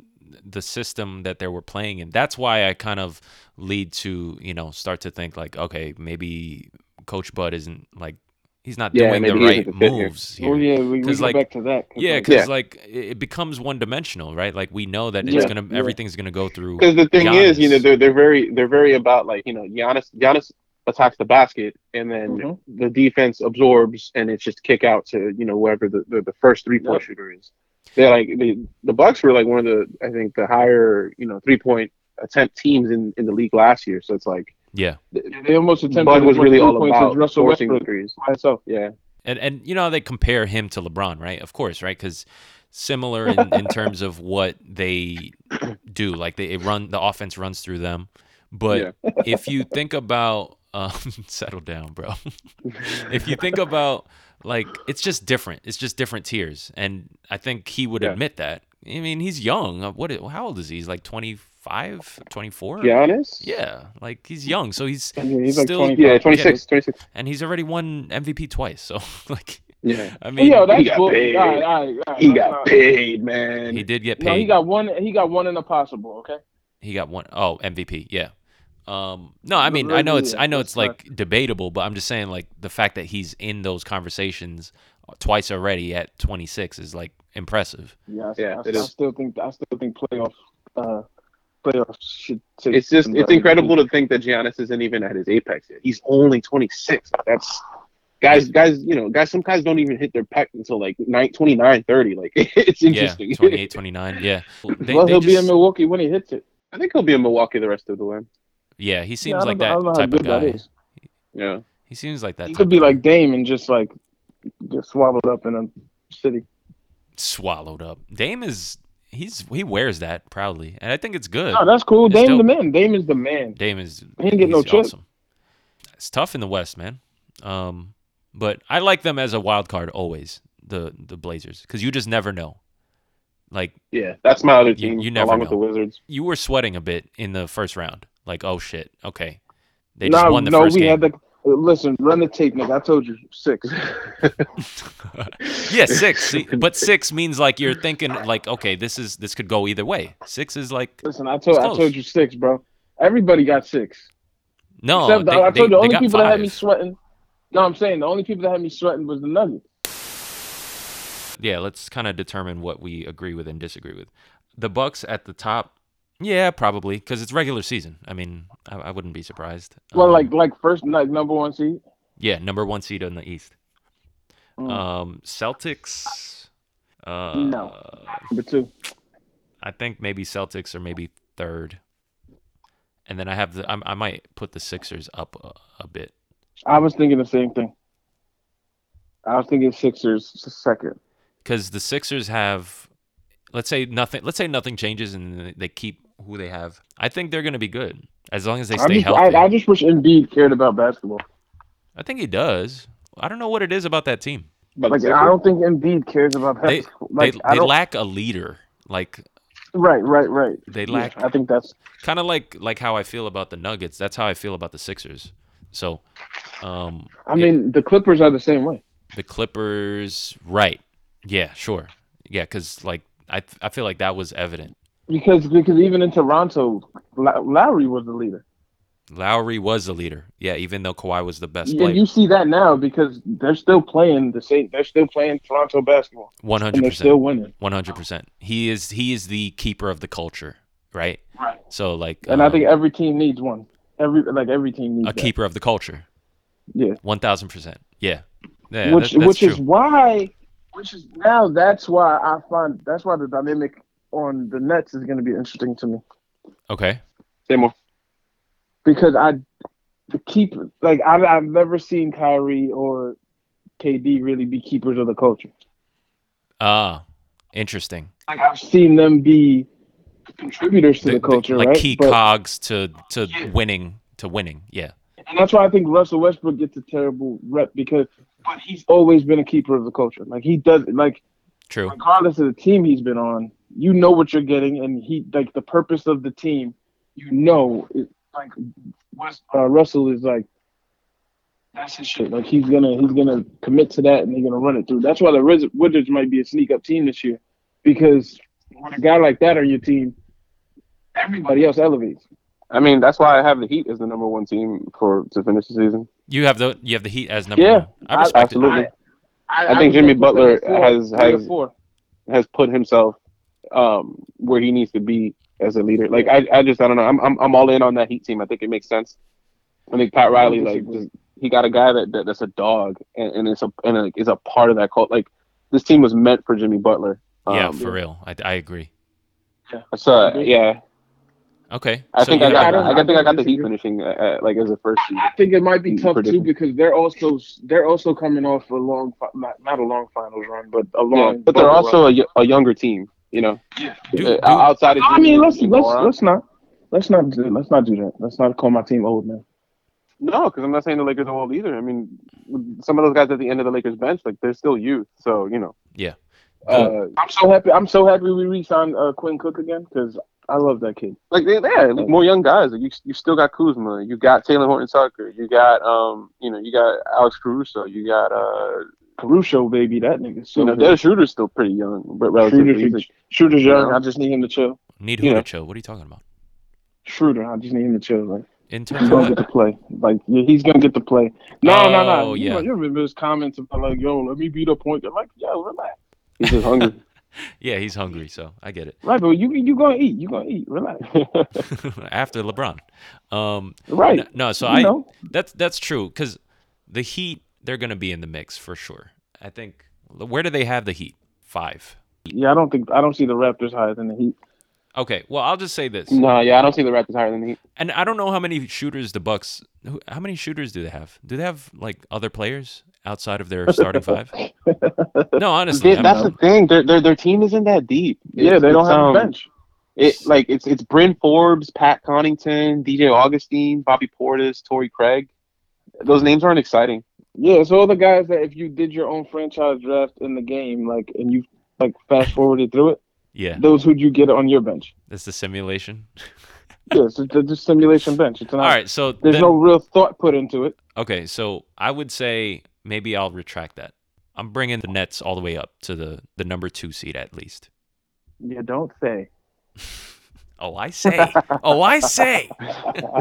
S3: the system that they were playing in. That's why I kind of lead to you know start to think like, okay, maybe Coach Bud isn't like he's not
S5: Yeah,
S3: doing the
S5: maybe he
S3: right
S5: isn't the fit here.
S3: moves
S4: Oh
S3: here.
S4: yeah, we, we
S3: 'Cause,
S4: go
S3: like-
S4: back to that.
S3: Yeah,
S4: like,
S3: because
S5: Yeah.
S3: like it it becomes one dimensional, right? Like we know that it's
S4: Yeah,
S3: gonna
S4: yeah.
S3: everything's gonna go through.
S5: Because the thing is, you know,
S3: Giannis.
S5: they're they're very they're very about like you know Giannis Giannis attacks the basket and then
S4: Mhm.
S5: the defense absorbs and it's just kick out to you know whoever the the, the first three point
S4: Yep.
S5: shooter is. They're like the the Bucks were like one of the I think the higher you know three point attempt teams in in the league last year. So it's like
S3: yeah,
S4: they almost attempted.
S5: Bud was
S4: as much
S5: really
S4: three
S5: all
S4: points
S5: about
S4: as Russell
S5: forcing
S4: Westbrook
S5: threes.
S4: by himself.
S5: Yeah,
S3: and and you know how they compare him to LeBron, right? Of course, right? Because similar in,
S5: (laughs)
S3: in terms of what they do, like they it run the offense runs through them. But
S5: (laughs)
S3: if you think about um, (laughs) settle down, bro. (laughs) if you think about like it's just different. It's just different tiers, and I think he would
S5: Yeah.
S3: admit that. I mean, he's young. Uh, What? How old is he? He's like 25, 24?
S5: Giannis.
S3: Yeah, like he's young, so he's
S4: I mean, he's like
S3: Still-
S4: 25.
S5: Yeah, 26, 26.
S3: and he's already won MVP twice. So (laughs) like,
S5: Yeah,
S3: I mean,
S4: Yo, that's
S5: got
S4: bull-
S5: paid.
S4: all right, all right, all right,
S5: he
S4: all
S5: got
S4: right.
S5: paid, man.
S3: he did get paid.
S4: No, he got one. He got one in a possible. Okay.
S3: he got one oh MVP. Yeah. Um, no, I mean, I know it's I know it's like debatable, but I'm just saying like the fact that he's in those conversations twice already at 26 is like impressive.
S4: Yeah. I,
S5: Yeah,
S4: I,
S5: it
S4: I
S5: is.
S4: still think. I still think playoff. Uh, playoffs should. Take
S5: It's just it's
S4: somebody.
S5: incredible to think that Giannis isn't even at his apex yet. He's only 26. Like, That's guys, guys, you know, guys. Some guys don't even hit their peak until like nine, 29, 30. Like (laughs) it's
S3: Yeah,
S5: interesting.
S3: 28, 29.
S4: (laughs)
S3: Yeah. They-
S4: well,
S3: they
S4: he'll be in
S3: just-
S4: Milwaukee when he hits it.
S5: (laughs) I think he'll be in Milwaukee the rest of the way.
S3: yeah, he
S4: Yeah,
S3: seems
S4: I don't
S3: like
S4: know- I
S3: that
S4: don't know how
S3: type of
S4: good that
S3: guy.
S4: is.
S5: Yeah,
S3: He seems like that.
S4: He
S3: type
S4: could be
S3: of guy.
S4: like Dame and just like get swallowed up in a city.
S3: swallowed up. Dame is he's he wears that proudly, and I think it's good.
S4: No, that's cool.
S3: It's
S4: Dame
S3: dope.
S4: the man. Dame is the man.
S3: Dame is
S4: He ain't get no
S3: he's
S4: chip.
S3: awesome. It's tough in the West, man. Um, but I like them as a wild card always. The the Blazers because you just never know. Like
S5: yeah. That's my other team.
S3: you never
S5: along with
S3: know.
S5: the Wizards.
S3: you were sweating a bit in the first round. Like oh shit, okay, they
S4: no,
S3: just won the
S4: no,
S3: first
S4: we
S3: game.
S4: had the. (laughs) Listen, run the tape, nigga. I told you six.
S3: (laughs) yeah, six. See, but six means like you're thinking like okay, this is this could go either way. Six is like
S4: Listen, I told
S3: It's
S4: I
S3: close.
S4: told you six, bro. Everybody got six.
S3: no.
S4: Except
S3: Oh, they,
S4: I told
S3: they-
S4: you the
S3: they
S4: only
S3: got
S4: people that had me
S3: five.
S4: sweating. No, I'm saying the only people that had me sweating was the Nuggets.
S3: yeah, let's kind of determine what we agree with and disagree with. The Bucks at the top, yeah, probably because it's regular season. I mean, I, I wouldn't be surprised.
S4: Well,
S3: Um,
S4: like like first like number one seed.
S3: yeah, number one seed in the East.
S4: Mm.
S3: Um, Celtics. Uh,
S4: No. Number two.
S3: I think maybe Celtics or maybe third. And then I have the I, I might put the Sixers up a, a bit.
S4: I was thinking the same thing. I was thinking Sixers second.
S3: because the Sixers have, let's say nothing. Let's say nothing changes and they keep who they have. I think they're going to be good as long as they
S4: I
S3: stay
S4: just,
S3: healthy.
S4: I,
S3: I,
S4: I just wish Embiid cared about basketball.
S3: think he does. I don't know what it is about that team.
S5: But
S4: Like I
S5: I
S4: don't think Embiid cares about
S3: They
S4: basketball.
S3: they,
S4: like I
S3: they
S4: don't,
S3: lack a leader. Like
S4: right, right, right.
S3: they
S4: Yeah,
S3: lack
S4: I think that's
S3: kind of like like how I feel about the Nuggets. That's how I feel about the Sixers. So, um,
S4: I mean the Clippers are the same way.
S3: the Clippers, right? Yeah, sure. Yeah, because like I th- I feel like that was evident.
S4: Because because even in Toronto, Low- Lowry was the leader.
S3: Lowry was the leader. Yeah, even though Kawhi was the best
S4: And
S3: player.
S4: you see that now because they're still playing the same. They're still playing Toronto basketball,
S3: One
S4: and
S3: hundred
S4: they're
S3: percent.
S4: still winning.
S3: One hundred percent. He is he is the keeper of the culture, right?
S4: Right.
S3: So like,
S4: And I
S3: um,
S4: think every team needs one. Every like every team needs
S3: a
S4: that.
S3: keeper of the culture.
S4: Yeah.
S3: One thousand percent. Yeah. Yeah.
S4: which
S3: that- that's
S4: which
S3: true.
S4: is why, which is now that's why I find that's why the dynamic on the Nets is going to be interesting to me
S3: okay.
S5: Say more.
S4: because I the keep like I, I've never seen Kyrie or KD really be keepers of the culture.
S3: Ah, interesting.
S4: Like I've seen them be contributors to
S3: The-
S4: the,
S3: the-
S4: culture,
S3: like
S4: right?
S3: key
S4: But-
S3: cogs to to winning to winning. Yeah.
S4: And that's why I think Russell Westbrook gets a terrible rep because but he's always been a keeper of the culture. Like he does like
S3: True.
S4: regardless of the team he's been on, you know what you're getting, and he like the purpose of the team. You know, it, like West, uh, Russell is like that's his shit. Like he's gonna he's gonna commit to that, and they're gonna run it through. That's why the Riz- Wizards might be a sneak up team this year, because when a guy like that on your team, everybody else elevates.
S5: I mean, that's why I have the Heat as the number one team for to finish the season.
S3: You have the you have the Heat as number
S4: Yeah,
S3: one. I respect
S5: Absolutely.
S4: I,
S5: think Jimmy
S4: would put
S5: Butler
S4: them at
S5: has-
S4: three or
S5: has-
S4: four.
S5: has put himself um, where he needs to be as a leader. Like I, I just I don't know. I'm, I'm I'm all in on that Heat team. I think it makes sense. I think Pat Riley like just, he got a guy that, that that's a dog and, and it's a and like is a part of that cult. Like this team was meant for Jimmy Butler.
S3: it. Yeah,
S5: Um,
S3: for real. I, I agree.
S5: So yeah,
S3: Okay.
S5: I
S3: so
S5: think
S3: you
S5: I
S3: have-
S5: got
S4: I don't-
S5: I,
S4: I
S5: think I got
S4: don't
S5: the Heat
S4: disagree.
S5: finishing uh, uh, like as a first seed.
S4: I think it might be tough too
S5: Mm, Prediction.
S4: because they're also they're also coming off a long fi- not, not a long finals run, but a long.
S5: Yeah, but they're
S4: bubble
S5: also
S4: run.
S5: a, y- a younger team. You know,
S3: Do-
S5: Uh,
S3: do-
S5: outside of
S4: I mean, let's
S5: Jimmy
S4: let's
S5: Butler.
S4: let's not let's not do, let's not do that. Let's not call my team old man.
S5: No, because I'm not saying the Lakers are old either. I mean, some of those guys at the end of the Lakers bench, like they're still youth. So you know.
S3: Yeah.
S5: Uh,
S4: I'm so happy. I'm so happy we re-signed uh, Quinn Cook again because I love that kid.
S5: like they, yeah, like, more young guys. Like, you you still got Kuzma, you got Taylor Horton Tucker, you got um, you know, you got Alex Caruso, you got uh,
S4: Caruso, baby, that nigga. So
S5: you know,
S4: good.
S5: their shooter's still pretty young, but relatively.
S4: Schroeder's,
S5: He's, like,
S4: Schroeder's young.
S5: Yeah.
S4: I just need him to chill.
S3: Need
S5: you know.
S3: Hudicho. What are you talking about?
S4: Schroeder, I just need him to chill. Like
S3: In
S4: he's
S3: terms
S4: gonna
S3: of
S5: (laughs)
S4: get to play. Like yeah, he's gonna get to play.
S3: Oh,
S4: No, no, no. You,
S3: yeah.
S4: know, you remember his comments about like, yo, let me be the point. guard. like, yo, relax.
S5: he's just hungry.
S3: yeah, he's hungry, so I get it.
S4: (laughs)
S3: (laughs)
S4: Right, but you you gonna eat. You gonna eat. Relax.
S3: After LeBron. Um,
S4: right.
S3: n- no, so
S4: You
S3: I
S4: know.
S3: that's that's true because the Heat they're going to be in the mix for sure. I think. Where do they have the Heat? Five.
S4: Yeah, I don't think I don't see the Raptors higher than the Heat.
S3: Okay. Well, I'll just say this,
S4: Mm.
S5: no, yeah, I don't see the Raptors higher than the Heat.
S3: and I don't know how many shooters the Bucks. who- How many shooters do they have? Do they have like other players outside of their starting
S4: (laughs)
S3: five? No, honestly,
S5: They-
S3: I'm-
S5: that's the thing. Their, their their team isn't that deep.
S4: yeah,
S5: It's-
S4: they don't
S5: it's,
S4: have
S5: um,
S4: a bench.
S5: It like it's it's Bryn Forbes, Pat Connington, DJ Augustine, Bobby Portis, Torrey Craig. Those names aren't exciting.
S4: Yeah, it's all the guys that if you did your own franchise draft in the game, like and you like fast forwarded through it,
S3: yeah,
S4: those who'd you get on your bench.
S3: that's the simulation.
S4: Yeah, it's just a simulation bench. It's not
S3: All right, so
S4: there's
S3: then-
S4: no real thought put into it.
S3: Okay, so I would say maybe I'll retract that. I'm bringing the Nets all the way up to the the number two seed at least.
S4: Yeah, don't say.
S3: Oh, I say. Oh, I say. (laughs)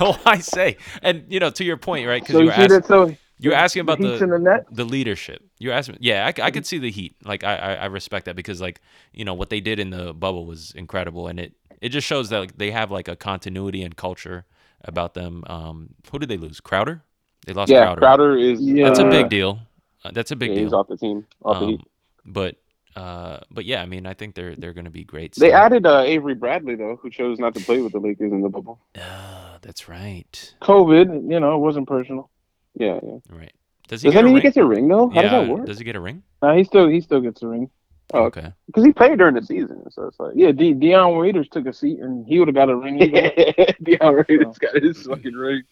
S3: oh, I say. And you know, to your point, right? Because
S4: So
S3: you
S4: you
S3: were
S4: see
S3: asking,
S4: that so
S3: you were asking about
S4: Heat's in
S3: the
S4: the net?
S3: the leadership. You're asking, yeah, I, c- I could see the Heat. Like I, I I respect that because like you know what they did in the bubble was incredible, and it it just shows that like, they have like a continuity and culture about them. Um, who did they lose? Crowder. They lost
S5: Yeah, Crowder,
S3: Crowder.
S5: is
S4: Yeah.
S3: That's a
S5: uh,
S3: big deal. Uh, that's a big
S5: yeah,
S3: deal.
S5: he's off the team. Off the Heat.
S3: Um, but uh, but yeah, I mean, I think they're they're going to be great.
S5: They
S3: still.
S5: added uh, Avery Bradley though, who chose not to play with the Lakers in the bubble.
S3: Ah, that's right.
S4: COVID, you know, it wasn't personal.
S5: Yeah. yeah.
S3: Right. Does he get
S5: Does that
S3: a ring?
S5: mean he gets a ring though? How
S3: yeah.
S5: does that work?
S3: Does he get a ring?
S4: Now he still he still gets a ring.
S5: Oh,
S3: okay.
S5: Because he played during the season, so it's like
S3: (laughs)
S4: Yeah, De- Deion Waiters took a seat and he would have got a ring. (laughs) either way.
S5: (laughs) Deion Waiters got his fucking ring.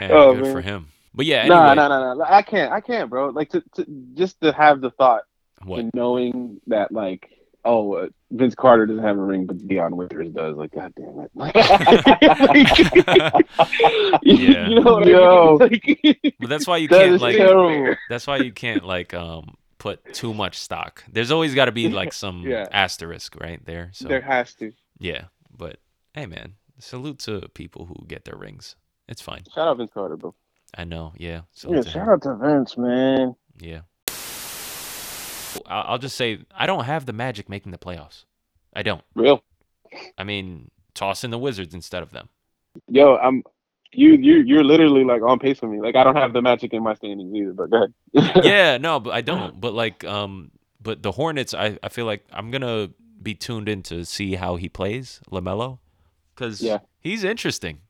S3: Yeah,
S5: Oh,
S3: good for
S5: man.
S3: him. But yeah. Anyway,
S5: No, no, no, no. I can't. I can't, bro. Like to, to just to have the thought
S3: What? (laughs)
S5: (laughs) and knowing that like. Oh, uh, Vince Carter doesn't have a ring, but Deion Waiters does. Like, god damn
S3: (laughs)
S5: it! (laughs)
S3: Yeah.
S5: You know what
S4: Yo.
S5: I mean? It's like-
S3: But that's why you
S5: that
S3: can't
S5: is
S3: like.
S5: terrible.
S3: That's why you can't like um put too much stock. There's always got to be like some
S5: Yeah.
S3: asterisk right there. So
S5: There has to.
S3: yeah. But hey, man, salute to people who get their rings. It's fine.
S5: Shout out Vince Carter, bro.
S3: I know. Yeah. Salute
S4: Yeah,
S3: to him.
S4: shout out to Vince, man.
S3: Yeah. I- I'll just say I don't have the Magic making the playoffs. I don't.
S5: Real.
S3: I mean, toss in the Wizards instead of
S5: (laughs)
S3: them.
S5: Yo, I'm you you you're literally like on pace with me. Like I don't have the magic in my standings either, but go ahead.
S3: yeah, no, but I (laughs) don't. But like, um, but the Hornets, I, I feel like I'm gonna be tuned in to see how he plays Lamelo, because
S5: Yeah.
S3: he's interesting.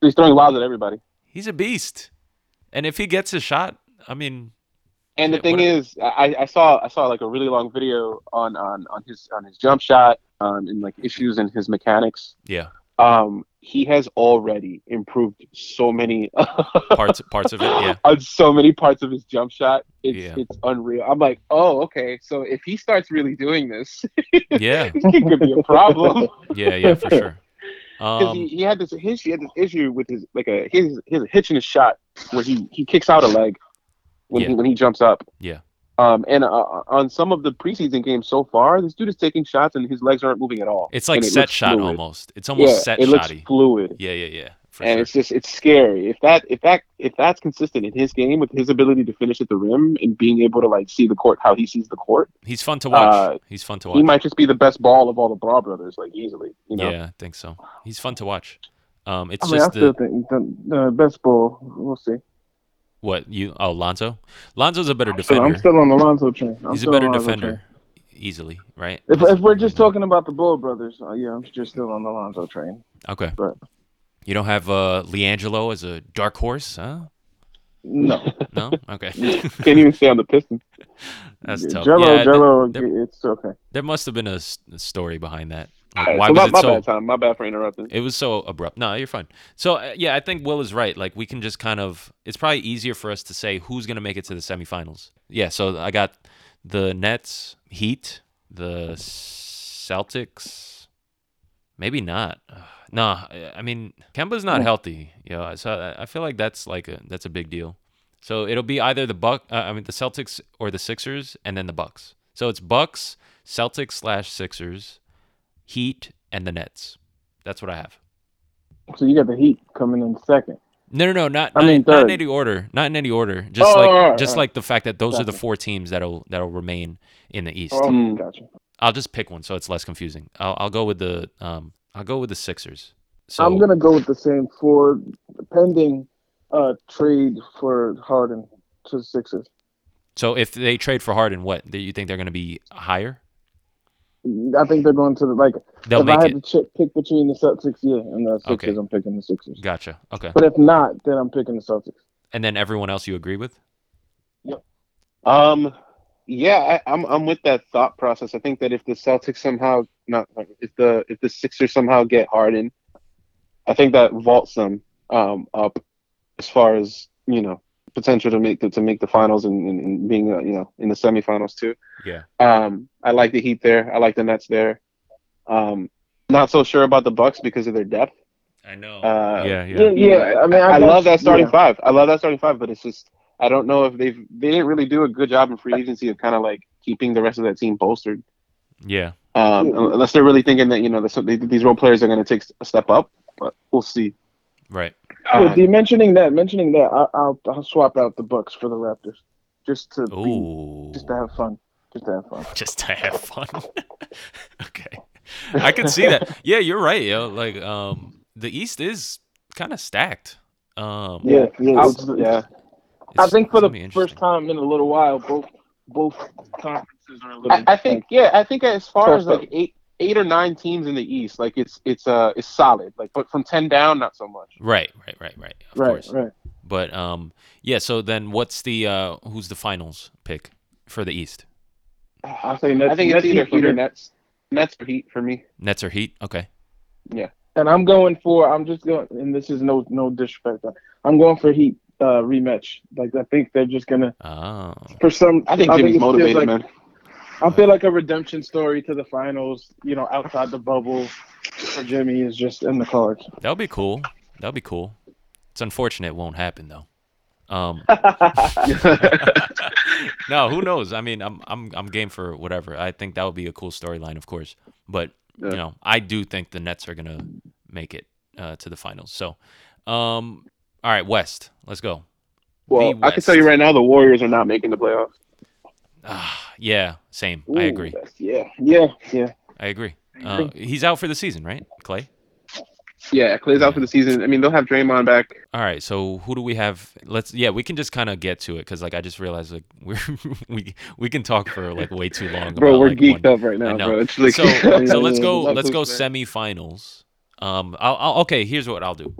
S5: He's throwing lobs at everybody.
S3: He's a beast, and if he gets a shot, I mean,
S5: And the
S3: Yeah,
S5: thing
S3: what-
S5: is, I, I saw I saw like a really long video on on, on his on his jump shot, um, and like issues in his mechanics. (laughs)
S3: yeah,
S5: um, he has already improved so many
S3: parts parts of it. Yeah,
S5: (laughs) on so many parts of his jump shot. It's
S3: Yeah.
S5: it's unreal. I'm like, oh, okay. So if he starts really doing this, (laughs)
S3: yeah,
S5: this kid could be a
S3: (laughs)
S5: problem.
S3: yeah, yeah, for sure.
S5: (laughs) 'Cause
S3: Um,
S5: he, he had this his, he had this issue with his like a his his hitch in his shot where he he kicks out a leg when
S3: Yeah.
S5: he when he jumps up.
S3: Yeah.
S5: Um, and uh, on some of the preseason games so far, this dude is taking shots and his legs aren't moving at all.
S3: it's like
S5: And it
S3: set
S5: looks
S3: shot
S5: fluid.
S3: almost. It's almost
S5: yeah,
S3: set
S5: it looks
S3: shotty.
S5: fluid.
S3: Yeah, yeah, yeah, for
S5: and
S3: sure.
S5: it's just it's scary if that if that if that's consistent in his game with his ability to finish at the rim and being able to like see the court how he sees the court
S3: He's fun to watch.
S5: uh,
S3: He's fun to
S5: he
S3: watch.
S5: might just be the best ball of all the Ball brothers like easily you know
S3: Yeah, I think so. He's fun to watch. Um, it's
S4: I mean, I
S3: just
S4: still
S3: the
S4: think the, the best ball. We'll see.
S3: what you oh Lonzo. Lonzo's a better
S4: So
S3: defender.
S4: I'm still on Alonzo train. I'm
S3: He's a
S4: still
S3: better
S4: on Lonzo
S3: defender,
S4: train.
S3: easily, right?
S4: If, if we're just
S3: Yeah.
S4: talking about the Bull brothers, uh, yeah, I'm just still on the Lonzo train.
S3: Okay.
S4: But-
S3: You don't have uh Leangelo as a dark horse, huh? (laughs)
S4: No,
S3: No? Okay.
S5: can't even stay on the Pistons
S3: That's
S4: (laughs) Yeah,
S3: tough.
S4: Jello,
S3: yeah, th-
S5: Oh,
S4: Jello,
S3: there-
S4: it's okay.
S3: there must have been a, s- a story behind that. Like,
S5: Alright,
S3: why
S5: so
S3: was
S5: my,
S3: it
S5: my
S3: so
S5: bad time my bad for interrupting
S3: It was so abrupt. No, you're fine. So uh, yeah, I think Will is right. Like we can just kind of. It's probably easier for us to say who's going to make it to the semifinals. Yeah. So I got the Nets, Heat, the Celtics. Maybe not. Ugh, Nah. I- I mean, Kemba's not healthy. You know, so I- I feel like that's like a that's a big deal. So it'll be either the Buck, uh, I mean the Celtics or the Sixers, and then the Bucks. So it's Bucks, Celtics slash Sixers, Heat, and the Nets. That's what I have.
S4: So you got the Heat coming in second.
S3: No, no, no, not
S4: I
S3: not,
S4: mean,
S3: not in
S4: third.
S3: any order, not in any order. Just
S4: Oh,
S3: like
S4: all right,
S3: just
S4: all right.
S3: like the fact that those are the
S4: Gotcha.
S3: four teams that'll that'll remain in the East.
S4: Oh,
S5: Mm.
S4: gotcha.
S3: I'll just pick one so it's less confusing. I'll, I'll go with the um I'll go with the Sixers. So
S4: I'm gonna go with the same four, pending uh, trade for Harden to the Sixers.
S3: so if they trade for Harden, what do you think they're going to be higher?
S4: I think they're going to the like.
S3: They'll
S4: if I
S3: make
S4: had
S3: it.
S4: to ch- pick between the Celtics, yeah, and the Sixers,
S3: Okay.
S4: I'm picking the Sixers.
S3: Gotcha. Okay.
S4: But if not, then I'm picking the Celtics.
S3: And then everyone else you agree with?
S5: Um, yeah, I, I'm I'm with that thought process. I think that if the Celtics somehow not if the if the Sixers somehow get Harden, I think that vaults them um up as far as you know potential to make the, to make the finals and, and, and being uh, you know in the semifinals too.
S3: Yeah.
S5: Um, I like the Heat there. I like the Nets there. Um, not so sure about the Bucks because of their depth.
S3: I know.
S5: Uh,
S3: yeah,
S4: Yeah,
S3: yeah.
S4: yeah. I mean, I,
S5: I
S4: got
S5: love
S4: you.
S5: that starting
S4: Yeah.
S5: five. I love that starting five, but it's just I don't know if they've they didn't really do a good job in free agency of kind of like keeping the rest of that team bolstered.
S3: Yeah.
S5: Um,
S4: Yeah.
S5: Unless they're really thinking that you know this, they, these role players are going to take a step up, but we'll see.
S3: Right.
S5: Uh,
S4: With the mentioning that, mentioning that, I, I'll I'll swap out the Bucks for the Raptors, just to be,
S3: Ooh.
S4: just to have fun, just to have fun.
S3: (laughs) just to have fun. okay, I can see that. Yeah, you're right, yo. Like, um, the East is kind of stacked. Um,
S4: Yeah, yeah.
S5: I'll-
S4: it's-
S5: yeah,
S4: I
S3: it's-
S4: think for
S3: it's
S4: the
S3: gonna be
S4: first
S3: interesting.
S4: time in a little while, both both conferences are a little.
S5: I, I think yeah, I think as far
S4: Tough
S5: as like eight eight or nine teams in the East, like it's it's uh it's solid. Like, but from ten down, not so much.
S3: Right, right, right, right. Of
S4: right,
S3: course.
S4: right.
S3: But um, yeah. So then, what's the uh, who's the finals pick for the East?
S4: I'll say Nets,
S5: I think
S4: Nets
S5: it's either
S4: Heat,
S5: Heat or
S4: Heat.
S5: Nets. Nets or Heat for me.
S3: Nets or Heat? Okay.
S4: and I'm going for. I'm just going, and this is no no disrespect. I'm going for Heat uh, rematch. Like I think they're just gonna
S3: Oh,
S4: for some.
S5: I think Jimmy's
S4: it feels
S5: motivated,
S4: like-
S5: man.
S4: I feel like a redemption story to the finals. You know, outside the bubble for Jimmy is just in the cards.
S3: that'll be cool. That'll be cool. It's unfortunate it won't happen though. Um, (laughs) no, who knows? I mean, I'm I'm I'm game for whatever. I think that would be a cool storyline, of course. But you
S5: Yeah.
S3: know, I do think the Nets are gonna make it uh, to the finals. So, um, all right, West, let's go.
S5: Well,
S3: The
S5: I can tell you
S3: West.
S5: right now, the Warriors are not making the playoffs.
S3: Ah, yeah, same. I
S4: Ooh,
S3: agree.
S4: that's- Yeah, yeah, yeah.
S3: I agree. Uh, he's out for the season, right, Clay?
S5: Yeah, Clay's out for the season. I mean, they'll have Draymond back.
S3: All right, so who do we have? Let's yeah, we can just kind of get to it because like I just realized like (laughs) we we we can talk for like way too long.
S5: Bro,
S3: about,
S5: we're
S3: like, one-
S5: geeked
S4: (laughs)
S5: up right
S3: I
S5: now,
S3: know.
S5: bro. It's (laughs) like,
S3: so, so let's go.
S5: Love
S3: Let's
S5: this,
S3: go
S5: man.
S3: semifinals. Um, I'll, I'll okay. Here's what I'll do.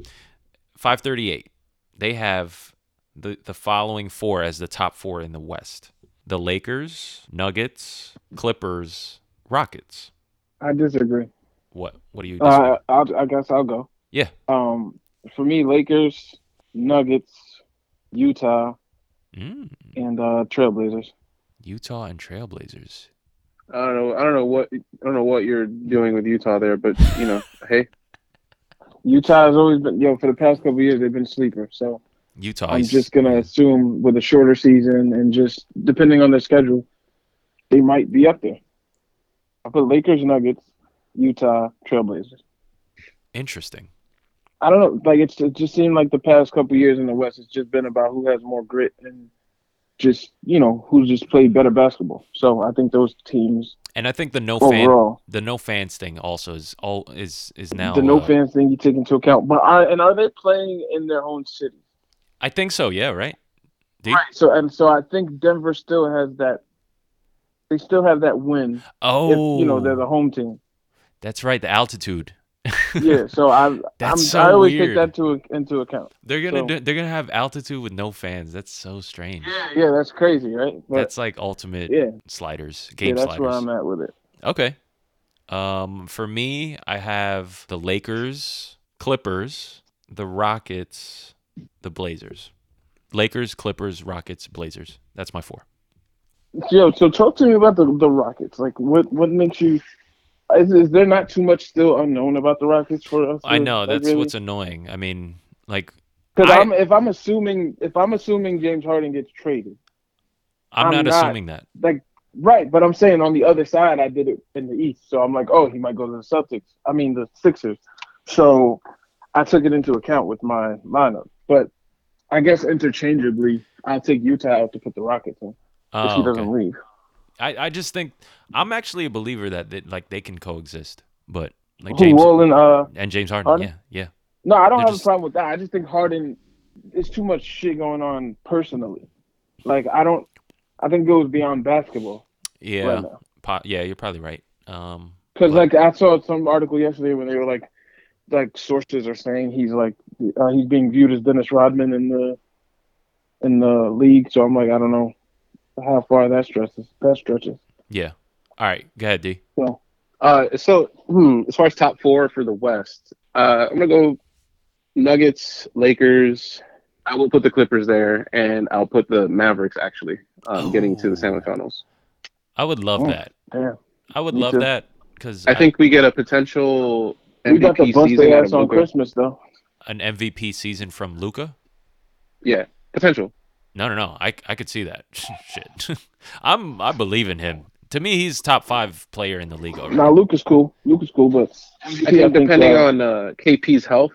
S3: Five thirty-eight. They have the the following four as the top four in the West: the Lakers, Nuggets, Clippers, Rockets.
S4: I disagree.
S3: What? What do you?
S4: Uh, I'll, I guess I'll go.
S3: Yeah.
S4: Um, for me, Lakers, Nuggets, Utah,
S3: Mm,
S4: and uh, Trailblazers.
S3: Utah and Trailblazers.
S5: I don't know. I don't know what I don't know what you're doing with Utah there, but you know, (laughs) hey,
S4: Utah has always been, yo, for the past couple years, they've been sleeper. So
S3: Utah.
S4: I'm
S3: is-
S4: just gonna assume with a shorter season and just depending on their schedule, they might be up there. I put Lakers, Nuggets, Utah, Trailblazers.
S3: interesting.
S4: I don't know. Like it's it just seemed like the past couple years in the West, it's just been about who has more grit and just you know who's just played better basketball. So I think those teams
S3: And I think the
S4: Oh,
S3: no fan,
S4: overall,
S3: the no fans thing also is all is is now.
S4: the no
S3: uh,
S4: fans thing you take into account. But are and are they playing in their own city?
S3: I think so. Yeah. Right. Do you-
S4: Right. So and so I think Denver still has that. They still have that win.
S3: Oh,
S4: If, you know they're the
S3: (laughs)
S4: home team.
S3: that's right. The altitude.
S4: Yeah. So I I'm,
S3: That's
S4: I
S3: so
S4: always
S3: weird.
S4: take that to into account.
S3: They're gonna
S4: So-
S3: do, they're gonna have altitude with no fans. That's so strange.
S4: Yeah, that's crazy, right? But
S3: that's like ultimate
S4: yeah,
S3: sliders,
S4: yeah,
S3: game
S4: that's
S3: sliders.
S4: where I'm at with it.
S3: Okay. Um, for me, I have the Lakers, Clippers, the Rockets, the Blazers. Lakers, Clippers, Rockets, Blazers. That's my four.
S4: Yo, so talk to me about the the Rockets. Like, what what makes you? Is, is there not too much still unknown about the Rockets for us?
S3: I know that's what's annoying. I mean, like
S4: because
S3: I-
S4: I'm if I'm assuming if I'm assuming James Harden gets traded,
S3: I'm,
S4: I'm
S3: not,
S4: not-
S3: assuming that.
S4: like right? But I'm saying on the other side, I did it in the East, so I'm like, oh, he might go to the Celtics. I mean, the Sixers. So I took it into account with my lineup, but I guess interchangeably, I take Utah out to put the Rockets in if he
S3: Oh,
S4: doesn't
S3: okay.
S4: leave.
S3: I, I just think I'm actually a believer that they, like they can coexist, but like
S4: Who
S3: James
S4: will and uh
S3: and James Harden,
S4: Harden?
S3: yeah, yeah.
S4: No, I don't
S3: They're
S4: have
S3: just-
S4: a problem with that. I just think Harden, it's too much shit going on personally. Like I don't, I think it goes beyond basketball.
S3: Yeah,
S4: Right now.
S3: Po- yeah, you're probably right. Um,
S4: Because
S3: Right.
S4: like I saw some article yesterday when they were like, like sources are saying he's like uh, he's being viewed as Dennis Rodman in the in the league. So I'm like, I don't know how far that stretches. That stretches.
S3: yeah. All right, go ahead, D.
S4: So
S5: Uh, so hmm, as far as top four for the West, uh, I'm gonna go Nuggets, Lakers. I will put the Clippers there, and I'll put the Mavericks actually um, getting to the semifinals.
S3: I would love
S4: Oh,
S3: that.
S4: damn.
S3: I would
S4: Me
S3: love
S4: too.
S3: that because
S5: I think we get a potential
S4: we got the
S5: MVP
S4: bust
S5: season
S4: their
S5: out
S4: ass
S5: of
S4: on
S5: Luka.
S4: Christmas though.
S3: an MVP season from Luca.
S5: Yeah, potential.
S3: No, no, no. I, I could see that. (laughs) Shit, I'm I believe in him. To me, he's top five player in the league already.
S4: Now Luke is cool. Luke is cool, but
S5: I think depending
S4: uh,
S5: on uh, KP's health,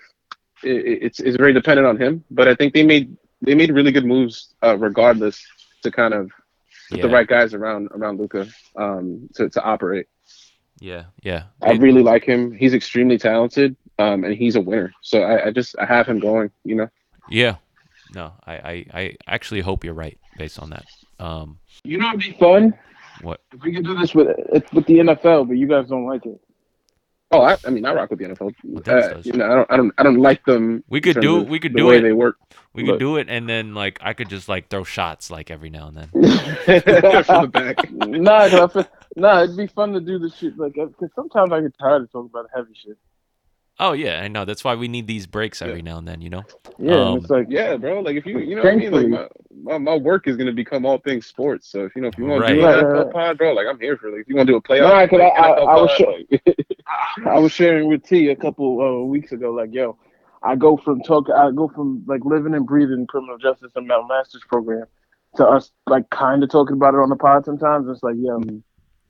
S5: i i- it's it's very dependent on him. But I think they made they made really good moves uh, regardless to kind of put the
S3: Yeah.
S5: right guys around around Luca um, to to operate.
S3: Yeah, yeah.
S5: I
S3: It-
S5: really like him. He's extremely talented, um, and he's a winner. So I, I just I have him going. You know,
S3: yeah. No, I, I I actually hope you're right based on that. Um,
S4: you know, it'd be fun.
S3: What?
S4: if we could do this with it's with the NFL, but you guys don't
S3: (laughs)
S4: like it?
S5: oh, I, I mean, I rock with the NFL.
S3: Dennis
S5: Uh,
S3: does.
S5: you know, I don't, I don't, I don't like them.
S3: We
S5: in
S3: could
S5: terms
S3: do-
S5: of
S3: we could
S5: the
S3: do
S5: way
S3: it. (laughs)
S5: they work (laughs)
S3: we could
S5: Look.
S3: do it, and then like I could just like throw shots like every now and then.
S5: from the back.
S4: nah, 'cause I feel- nah, it'd be fun to do this shit. Like, cause sometimes I get tired of talking about heavy shit.
S3: Oh yeah, I know. That's why we need these breaks every now and then. You know.
S4: Yeah,
S3: Um,
S4: and it's like,
S5: Yeah, bro. Like if you, you know, what I mean, like my, my, my work is gonna become all things sports. So if you know, if you want to do
S4: Right.
S5: an
S4: Right, right,
S5: NFL pod, bro, like I'm here for. Like if you want to do a playoff,
S4: Nah, 'cause
S5: like,
S4: I- I-
S5: NFL
S4: I was
S5: pod,
S4: sure-
S5: like- (laughs)
S4: I was sharing with T a couple uh, weeks ago. Like, yo, I go from talk, I go from like living and breathing criminal justice and my master's program to us like kind of talking about it on the pod sometimes. It's like, yo,
S3: Mm.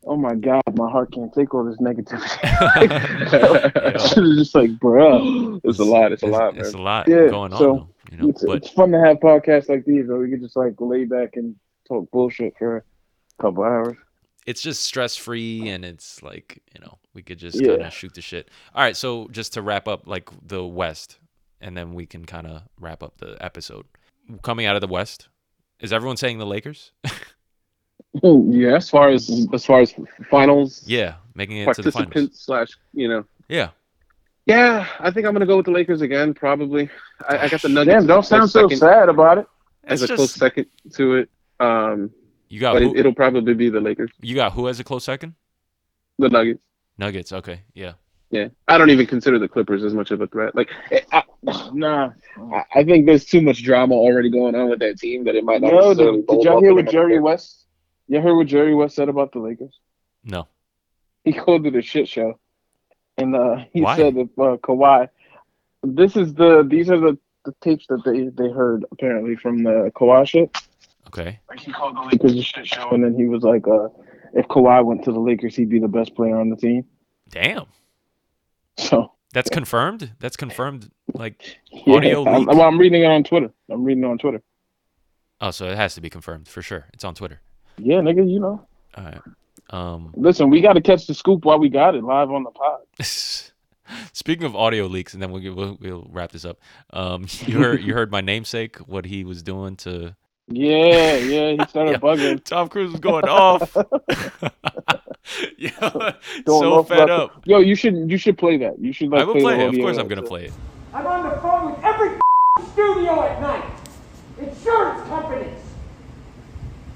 S4: oh my god, my heart can't take all this negativity.
S3: (laughs)
S4: (laughs) it's just like, bro,
S3: (gasps)
S5: it's a lot. It's a lot,
S3: It's a
S5: man.
S3: lot
S4: Yeah,
S3: going on.
S4: so
S3: though, you know,
S4: it's,
S3: but
S4: it's fun to have podcasts like these where we can just like lay back and talk bullshit for a couple hours.
S3: it's just stress free and it's like you know we could just
S4: Yeah.
S3: kind of shoot the shit all right so just to wrap up like the west and then we can kind of wrap up the episode coming out of the west is everyone saying the lakers
S5: Yeah, as far as as far as finals
S3: yeah making it to the finals
S5: participants slash, you know.
S3: yeah
S5: Yeah, I think I'm gonna go with the Lakers again. Probably. I, I got the Nuggets.
S4: Damn, don't
S5: as a
S4: sound so
S5: second-
S4: sad about it.
S5: As
S3: it's
S5: a close
S3: just
S5: second to it, um,
S3: you got
S5: but it,
S3: who,
S5: it'll probably be the Lakers,
S3: you got who as a close second
S5: the Nuggets.
S3: nuggets okay yeah
S5: Yeah, I don't even consider the Clippers as much of a threat. Like, eh, I,
S4: Nah.
S5: I- I think there's too much drama already going on with that team that it might not.
S4: No,
S5: necessarily
S4: did,
S5: bode
S4: did y'all
S5: well
S4: hear
S5: for
S4: what
S5: them.
S4: Jerry West? You heard what Jerry West said about the Lakers?
S3: No.
S4: he called it a shit show, and uh, he
S3: Why?
S4: said that uh, Kawhi. This is the these are the, the tapes that they they heard apparently from the Kawhi shit.
S3: Okay.
S4: Like he called the Lakers a shit show, and then he was like, uh, if Kawhi went to the Lakers, he'd be the best player on the team. (laughs)
S3: Damn.
S4: So
S3: That's confirmed. That's confirmed. Like,
S4: yeah,
S3: Audio
S4: I'm,
S3: leak.
S4: well, I'm reading it on Twitter. I'm reading it on Twitter.
S3: oh, so it has to be confirmed for sure. It's on Twitter.
S4: Yeah, nigga, you know.
S3: All right. Um, (laughs)
S4: Listen, we got to catch the scoop while we got it live on the pod.
S3: Speaking of audio leaks, and then we'll, get- we'll we'll wrap this up. Um, (laughs) you heard you heard my namesake what he was doing to
S4: Yeah, yeah,
S5: (laughs)
S4: he started
S3: Yeah. (laughs)
S4: bugging.
S3: Tom Cruise was going
S4: (laughs)
S3: off. (laughs) yeah,
S4: Going
S3: so
S4: off
S3: fed
S4: about
S3: up.
S4: the- Yo, you should you should play that. You should like
S3: I will
S4: play,
S3: play
S4: the
S3: it. Of
S4: audio
S3: course, I'm
S4: of
S3: gonna
S4: it.
S3: play it.
S1: I'm on the phone with every studio at night. Insurance companies.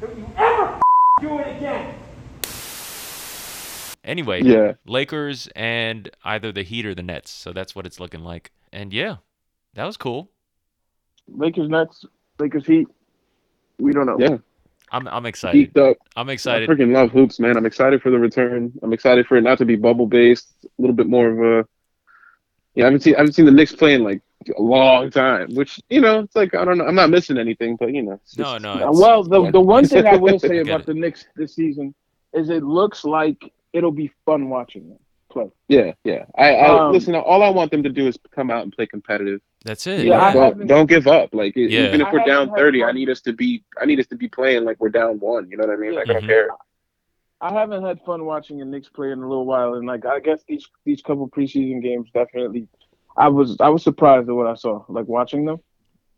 S1: Don't you ever do it again.
S3: Anyway,
S4: Yeah.
S3: Lakers and either the Heat or the Nets. So that's what it's looking like. And yeah, that was cool.
S4: Lakers Nets, Lakers Heat. We don't know.
S5: Yeah,
S3: I'm I'm excited.
S5: geeked up.
S3: I'm
S5: I
S3: excited.
S5: freaking love hoops, man. I'm excited for the return. I'm excited for it not to be bubble based. A little bit more of a. Yeah, I haven't seen I haven't seen the Knicks play in like a long time. Which you know, it's like I don't know. I'm not missing anything, but you know. it's
S3: No,
S5: just-
S3: no.
S4: Uh,
S3: it's-
S4: Well, the,
S5: Yeah.
S4: the one thing I will say
S3: Get
S4: about
S3: it.
S4: the Knicks this season is it looks like it'll be fun watching them play.
S5: Yeah, yeah. I, I
S4: Um,
S5: listen. All I want them to do is come out and play competitive.
S3: that's it.
S4: Yeah, I-
S5: don't, don't give up. Like e-
S3: Yeah.
S5: even if
S4: I
S5: we're down
S4: haven't had
S5: thirty, I
S4: fun.
S5: need us to be. I need us to be playing like we're down one. You know what I mean? Like I
S3: Mhm.
S5: don't care.
S4: I haven't had fun watching a Knicks play in a little while, and like I guess these these couple preseason games definitely, I was I was surprised at what I saw like watching them.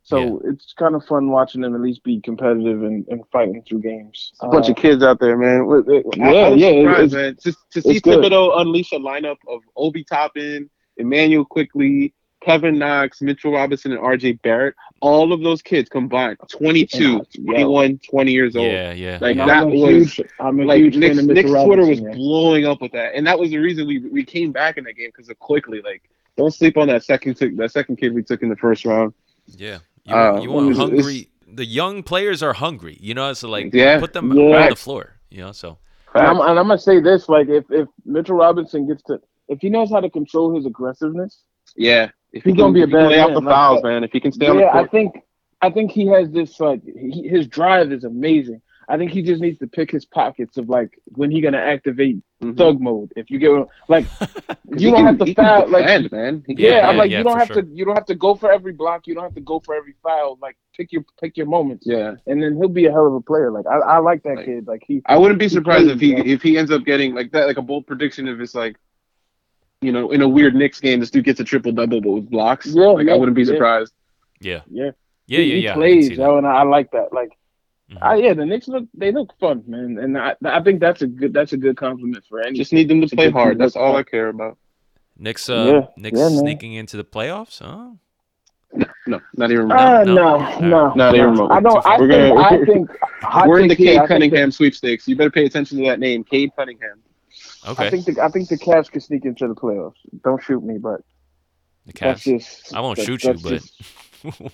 S4: So it's kind of fun watching them at least be competitive and, and fighting through games. Uh,
S5: It's a bunch of kids out there, man. What- what- I-
S4: Yeah,
S5: I was
S4: yeah, it- it's-
S5: surprised, man. To, to see
S4: it's good.
S5: Thibodeau unleash a lineup of Obi Toppin, Emmanuel Quickly, Kevin Knox, Mitchell Robinson, and RJ Barrett. All of those kids combined, 22,
S4: Yeah.
S5: 21, 20 years old.
S3: yeah, yeah.
S5: Like,
S4: And
S5: that
S4: I'm a
S5: was-
S4: huge, I'm a
S5: Like
S4: huge fan
S5: Nick's,
S4: of Mitchell
S5: Nick's Twitter was
S4: Robinson, yeah.
S5: blowing up with that, and that was the reason we we came back in that game because of Quickly. Like, don't sleep on that second took that second kid we took in the first round.
S3: Yeah. You,
S5: Uh,
S3: you want
S5: it's- it's-
S3: hungry. The young players are hungry. You know, so like
S5: Yeah,
S3: put them on
S4: yeah.
S3: the floor. You know, so
S4: And I'm, and I'm gonna say this: like, if if Mitchell Robinson gets to, if he knows how to control his aggressiveness,
S5: Yeah, if
S4: He's gonna be a
S5: can
S4: bad
S5: lay out
S4: man,
S5: the
S4: like
S5: fouls,
S4: that.
S5: man. If he can stay on the
S4: yeah, I
S5: court,
S4: think I think he has this like he, his drive is amazing. I think he just needs to pick his pockets of like when he gonna activate
S5: Mhm.
S4: thug mode. If you get what,
S3: (laughs)
S4: like,
S5: 'Cause
S4: you
S5: he
S4: don't
S5: can-
S4: have
S5: he
S4: to
S5: can
S4: foul. Like,
S5: defend, man. He can
S4: yeah,
S3: Yeah,
S4: I'm
S3: yeah,
S4: like
S3: yeah,
S4: you don't
S3: for
S4: have
S3: sure.
S4: to you don't have to go for every block. You don't have to go for every foul. Like pick your pick your moments.
S5: Yeah.
S4: and then he'll be a hell of a player. Like I, I like that
S5: Like-
S4: kid. Like he
S5: I wouldn't be surprised if he
S4: plays,
S5: if he ends up getting like that, like a bold prediction if it's like, you know, in a weird Knicks game, this dude gets a triple double but with blocks.
S4: Yeah,
S5: like
S4: yeah,
S5: I wouldn't be
S4: yeah.
S5: surprised.
S3: yeah,
S4: Yeah.
S3: yeah,
S4: he,
S3: yeah,
S4: he
S3: yeah. I can
S4: plays,
S3: see that.
S4: yo, and I, I like that. Like.
S3: Mhm.
S4: Uh, yeah, the Knicks look they look fun, man, and I I think that's a good that's a good compliment for any.
S5: Just need them to play
S4: Just
S5: hard. That's
S4: look
S5: all
S4: hard.
S5: I care about.
S3: Knicks, uh,
S4: Yeah,
S3: Knicks
S4: yeah, man.
S3: sneaking into the playoffs, huh?
S5: No, not even.
S4: uh,
S3: no,
S4: no,
S3: no,
S4: no,
S3: no.
S5: Not even remotely.
S4: I don't. I
S5: We're
S4: think,
S5: gonna- (laughs)
S4: I think hot
S5: We're in the
S4: take
S5: Cade
S4: here, I think
S5: Cunningham sweepstakes. You better pay attention to that name, Cade Cunningham.
S4: The,
S3: Okay,
S4: I think the I think the Cavs could sneak into the playoffs. Don't shoot me, but
S3: the
S4: that's
S3: Cavs.
S4: just
S3: I won't
S4: that-
S3: shoot you,
S4: that's
S3: but
S4: just- nah,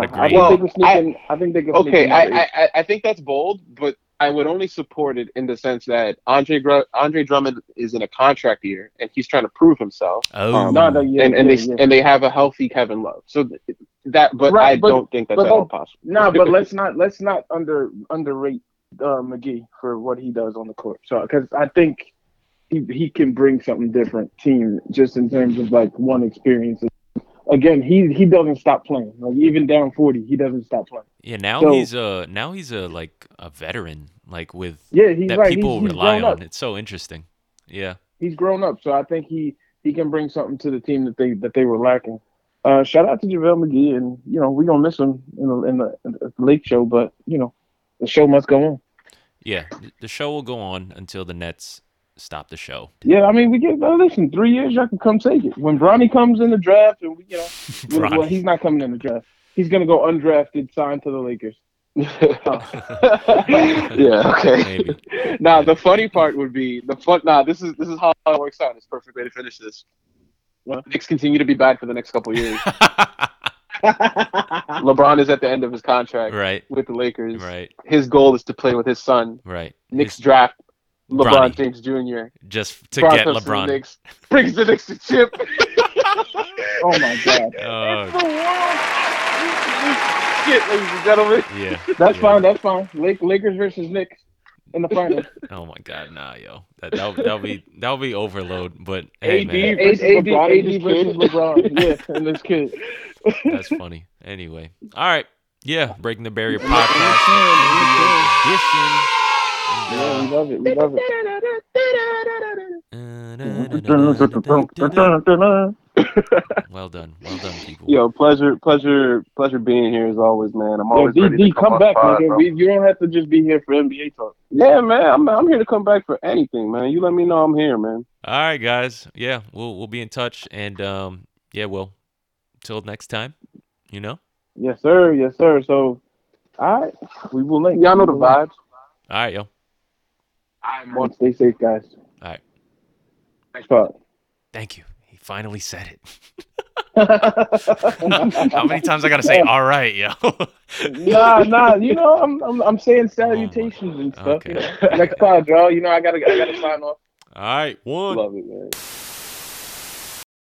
S3: not
S4: I think
S5: agreeing.
S4: they can sneak
S5: Well,
S4: in. I think they can.
S5: Okay,
S4: sneak in
S5: I, I I- I think that's bold, but I would only support it in the sense that Andre Gr- Andre Drummond is in a contract year and he's trying to prove himself.
S3: (laughs) oh,
S5: um,
S4: no, no, yeah,
S5: and and
S4: yeah,
S5: they
S4: yeah.
S5: and they have a healthy Kevin Love. So th- that, but
S4: Right,
S5: I
S4: but-
S5: don't think that's
S4: but
S5: at all
S4: that-
S5: possible.
S4: Nah, but let's not let's not under underrate uh, McGee for what he does on the court. So because I think he he can bring something different team just in terms of like one experience. Again, he he doesn't stop playing. Like even down forty, he doesn't stop playing.
S3: yeah. Now
S4: so-
S3: he's a now he's a like a veteran, like with
S4: Yeah, he's
S3: that
S4: right.
S3: people
S4: he's, he's
S3: rely
S4: grown
S3: on.
S4: up.
S3: It's so interesting. Yeah,
S4: He's grown up. So I think he He can bring something to the team that they that they were lacking. Uh, shout out to JaVale McGee, and you know we're gonna miss him in the, in the, in the late show, but you know the show must go on.
S3: Yeah, th- the show will go on until the Nets stop the show. (laughs)
S4: Yeah, I mean we get uh, listen three years, y'all can come take it when Bronny comes in the draft, and we you know well, well
S3: Bronny.
S4: he's not coming in the draft. He's gonna go undrafted, signed to the Lakers. (laughs) oh,
S5: (laughs) yeah, okay.
S4: (laughs)
S3: Maybe.
S5: Now the funny part would be the fun. Nah, this is this is how it works out. It's a perfect way to finish this.
S4: What?
S5: Knicks continue to be bad for the next couple
S4: (laughs)
S5: years. LeBron is at the end of his contract
S3: right,
S5: with the Lakers.
S3: right,
S5: His goal is to play with his son.
S3: right.
S5: Knicks
S3: It's
S5: draft LeBron
S3: Bronny.
S5: James Jr.
S3: just to
S5: Bron
S3: get
S5: comes the
S3: LeBron.
S5: Knicks, brings the Knicks to chip. (laughs)
S4: Oh my god,
S3: Oh,
S5: Shit, ladies and gentlemen.
S3: yeah.
S4: that's
S3: yeah.
S4: fine, that's fine. Lake, Lakers versus Knicks in the finals.
S3: Oh my God, nah, yo, that that'll, that'll be that'll be overload. But hey,
S5: AD
S3: man,
S4: AD,
S5: AD
S4: AD versus
S5: versus
S4: LeBron, (laughs) yeah, and this kid.
S3: that's funny. Anyway, all right, yeah, breaking the barrier podcast
S4: (laughs) Yeah, we love it. We love it.
S3: edition. Well done, well done, people.
S5: Yo, pleasure, pleasure, pleasure being here as always, man. I'm
S4: Yo,
S5: always ready
S4: DD,
S5: to come,
S4: come back,
S5: on the pod,
S4: nigga.
S5: bro.
S4: We, you don't have to just be here for NBA talk.
S5: Yeah, man, I'm, I'm here to come back for anything, man. You let me know I'm here, man.
S3: All right, guys. Yeah, we'll we'll be in touch, and um, yeah, well, till next time, you know.
S4: Yes, sir. Yes, sir. So, all right, we will link.
S5: Y'all know the vibes.
S3: All right, yo.
S4: Come on, Stay safe, guys.
S3: All right.
S4: Fuck. (laughs)
S3: Thank you. He finally said it.
S4: (laughs)
S3: How many times I gotta say, all right, yo.
S4: nah, nah. You know, I'm, I'm, I'm saying salutations and stuff.
S3: Okay.
S4: Next pod, bro. You know, I gotta, I gotta sign off.
S3: all right, one.
S4: Love it, man.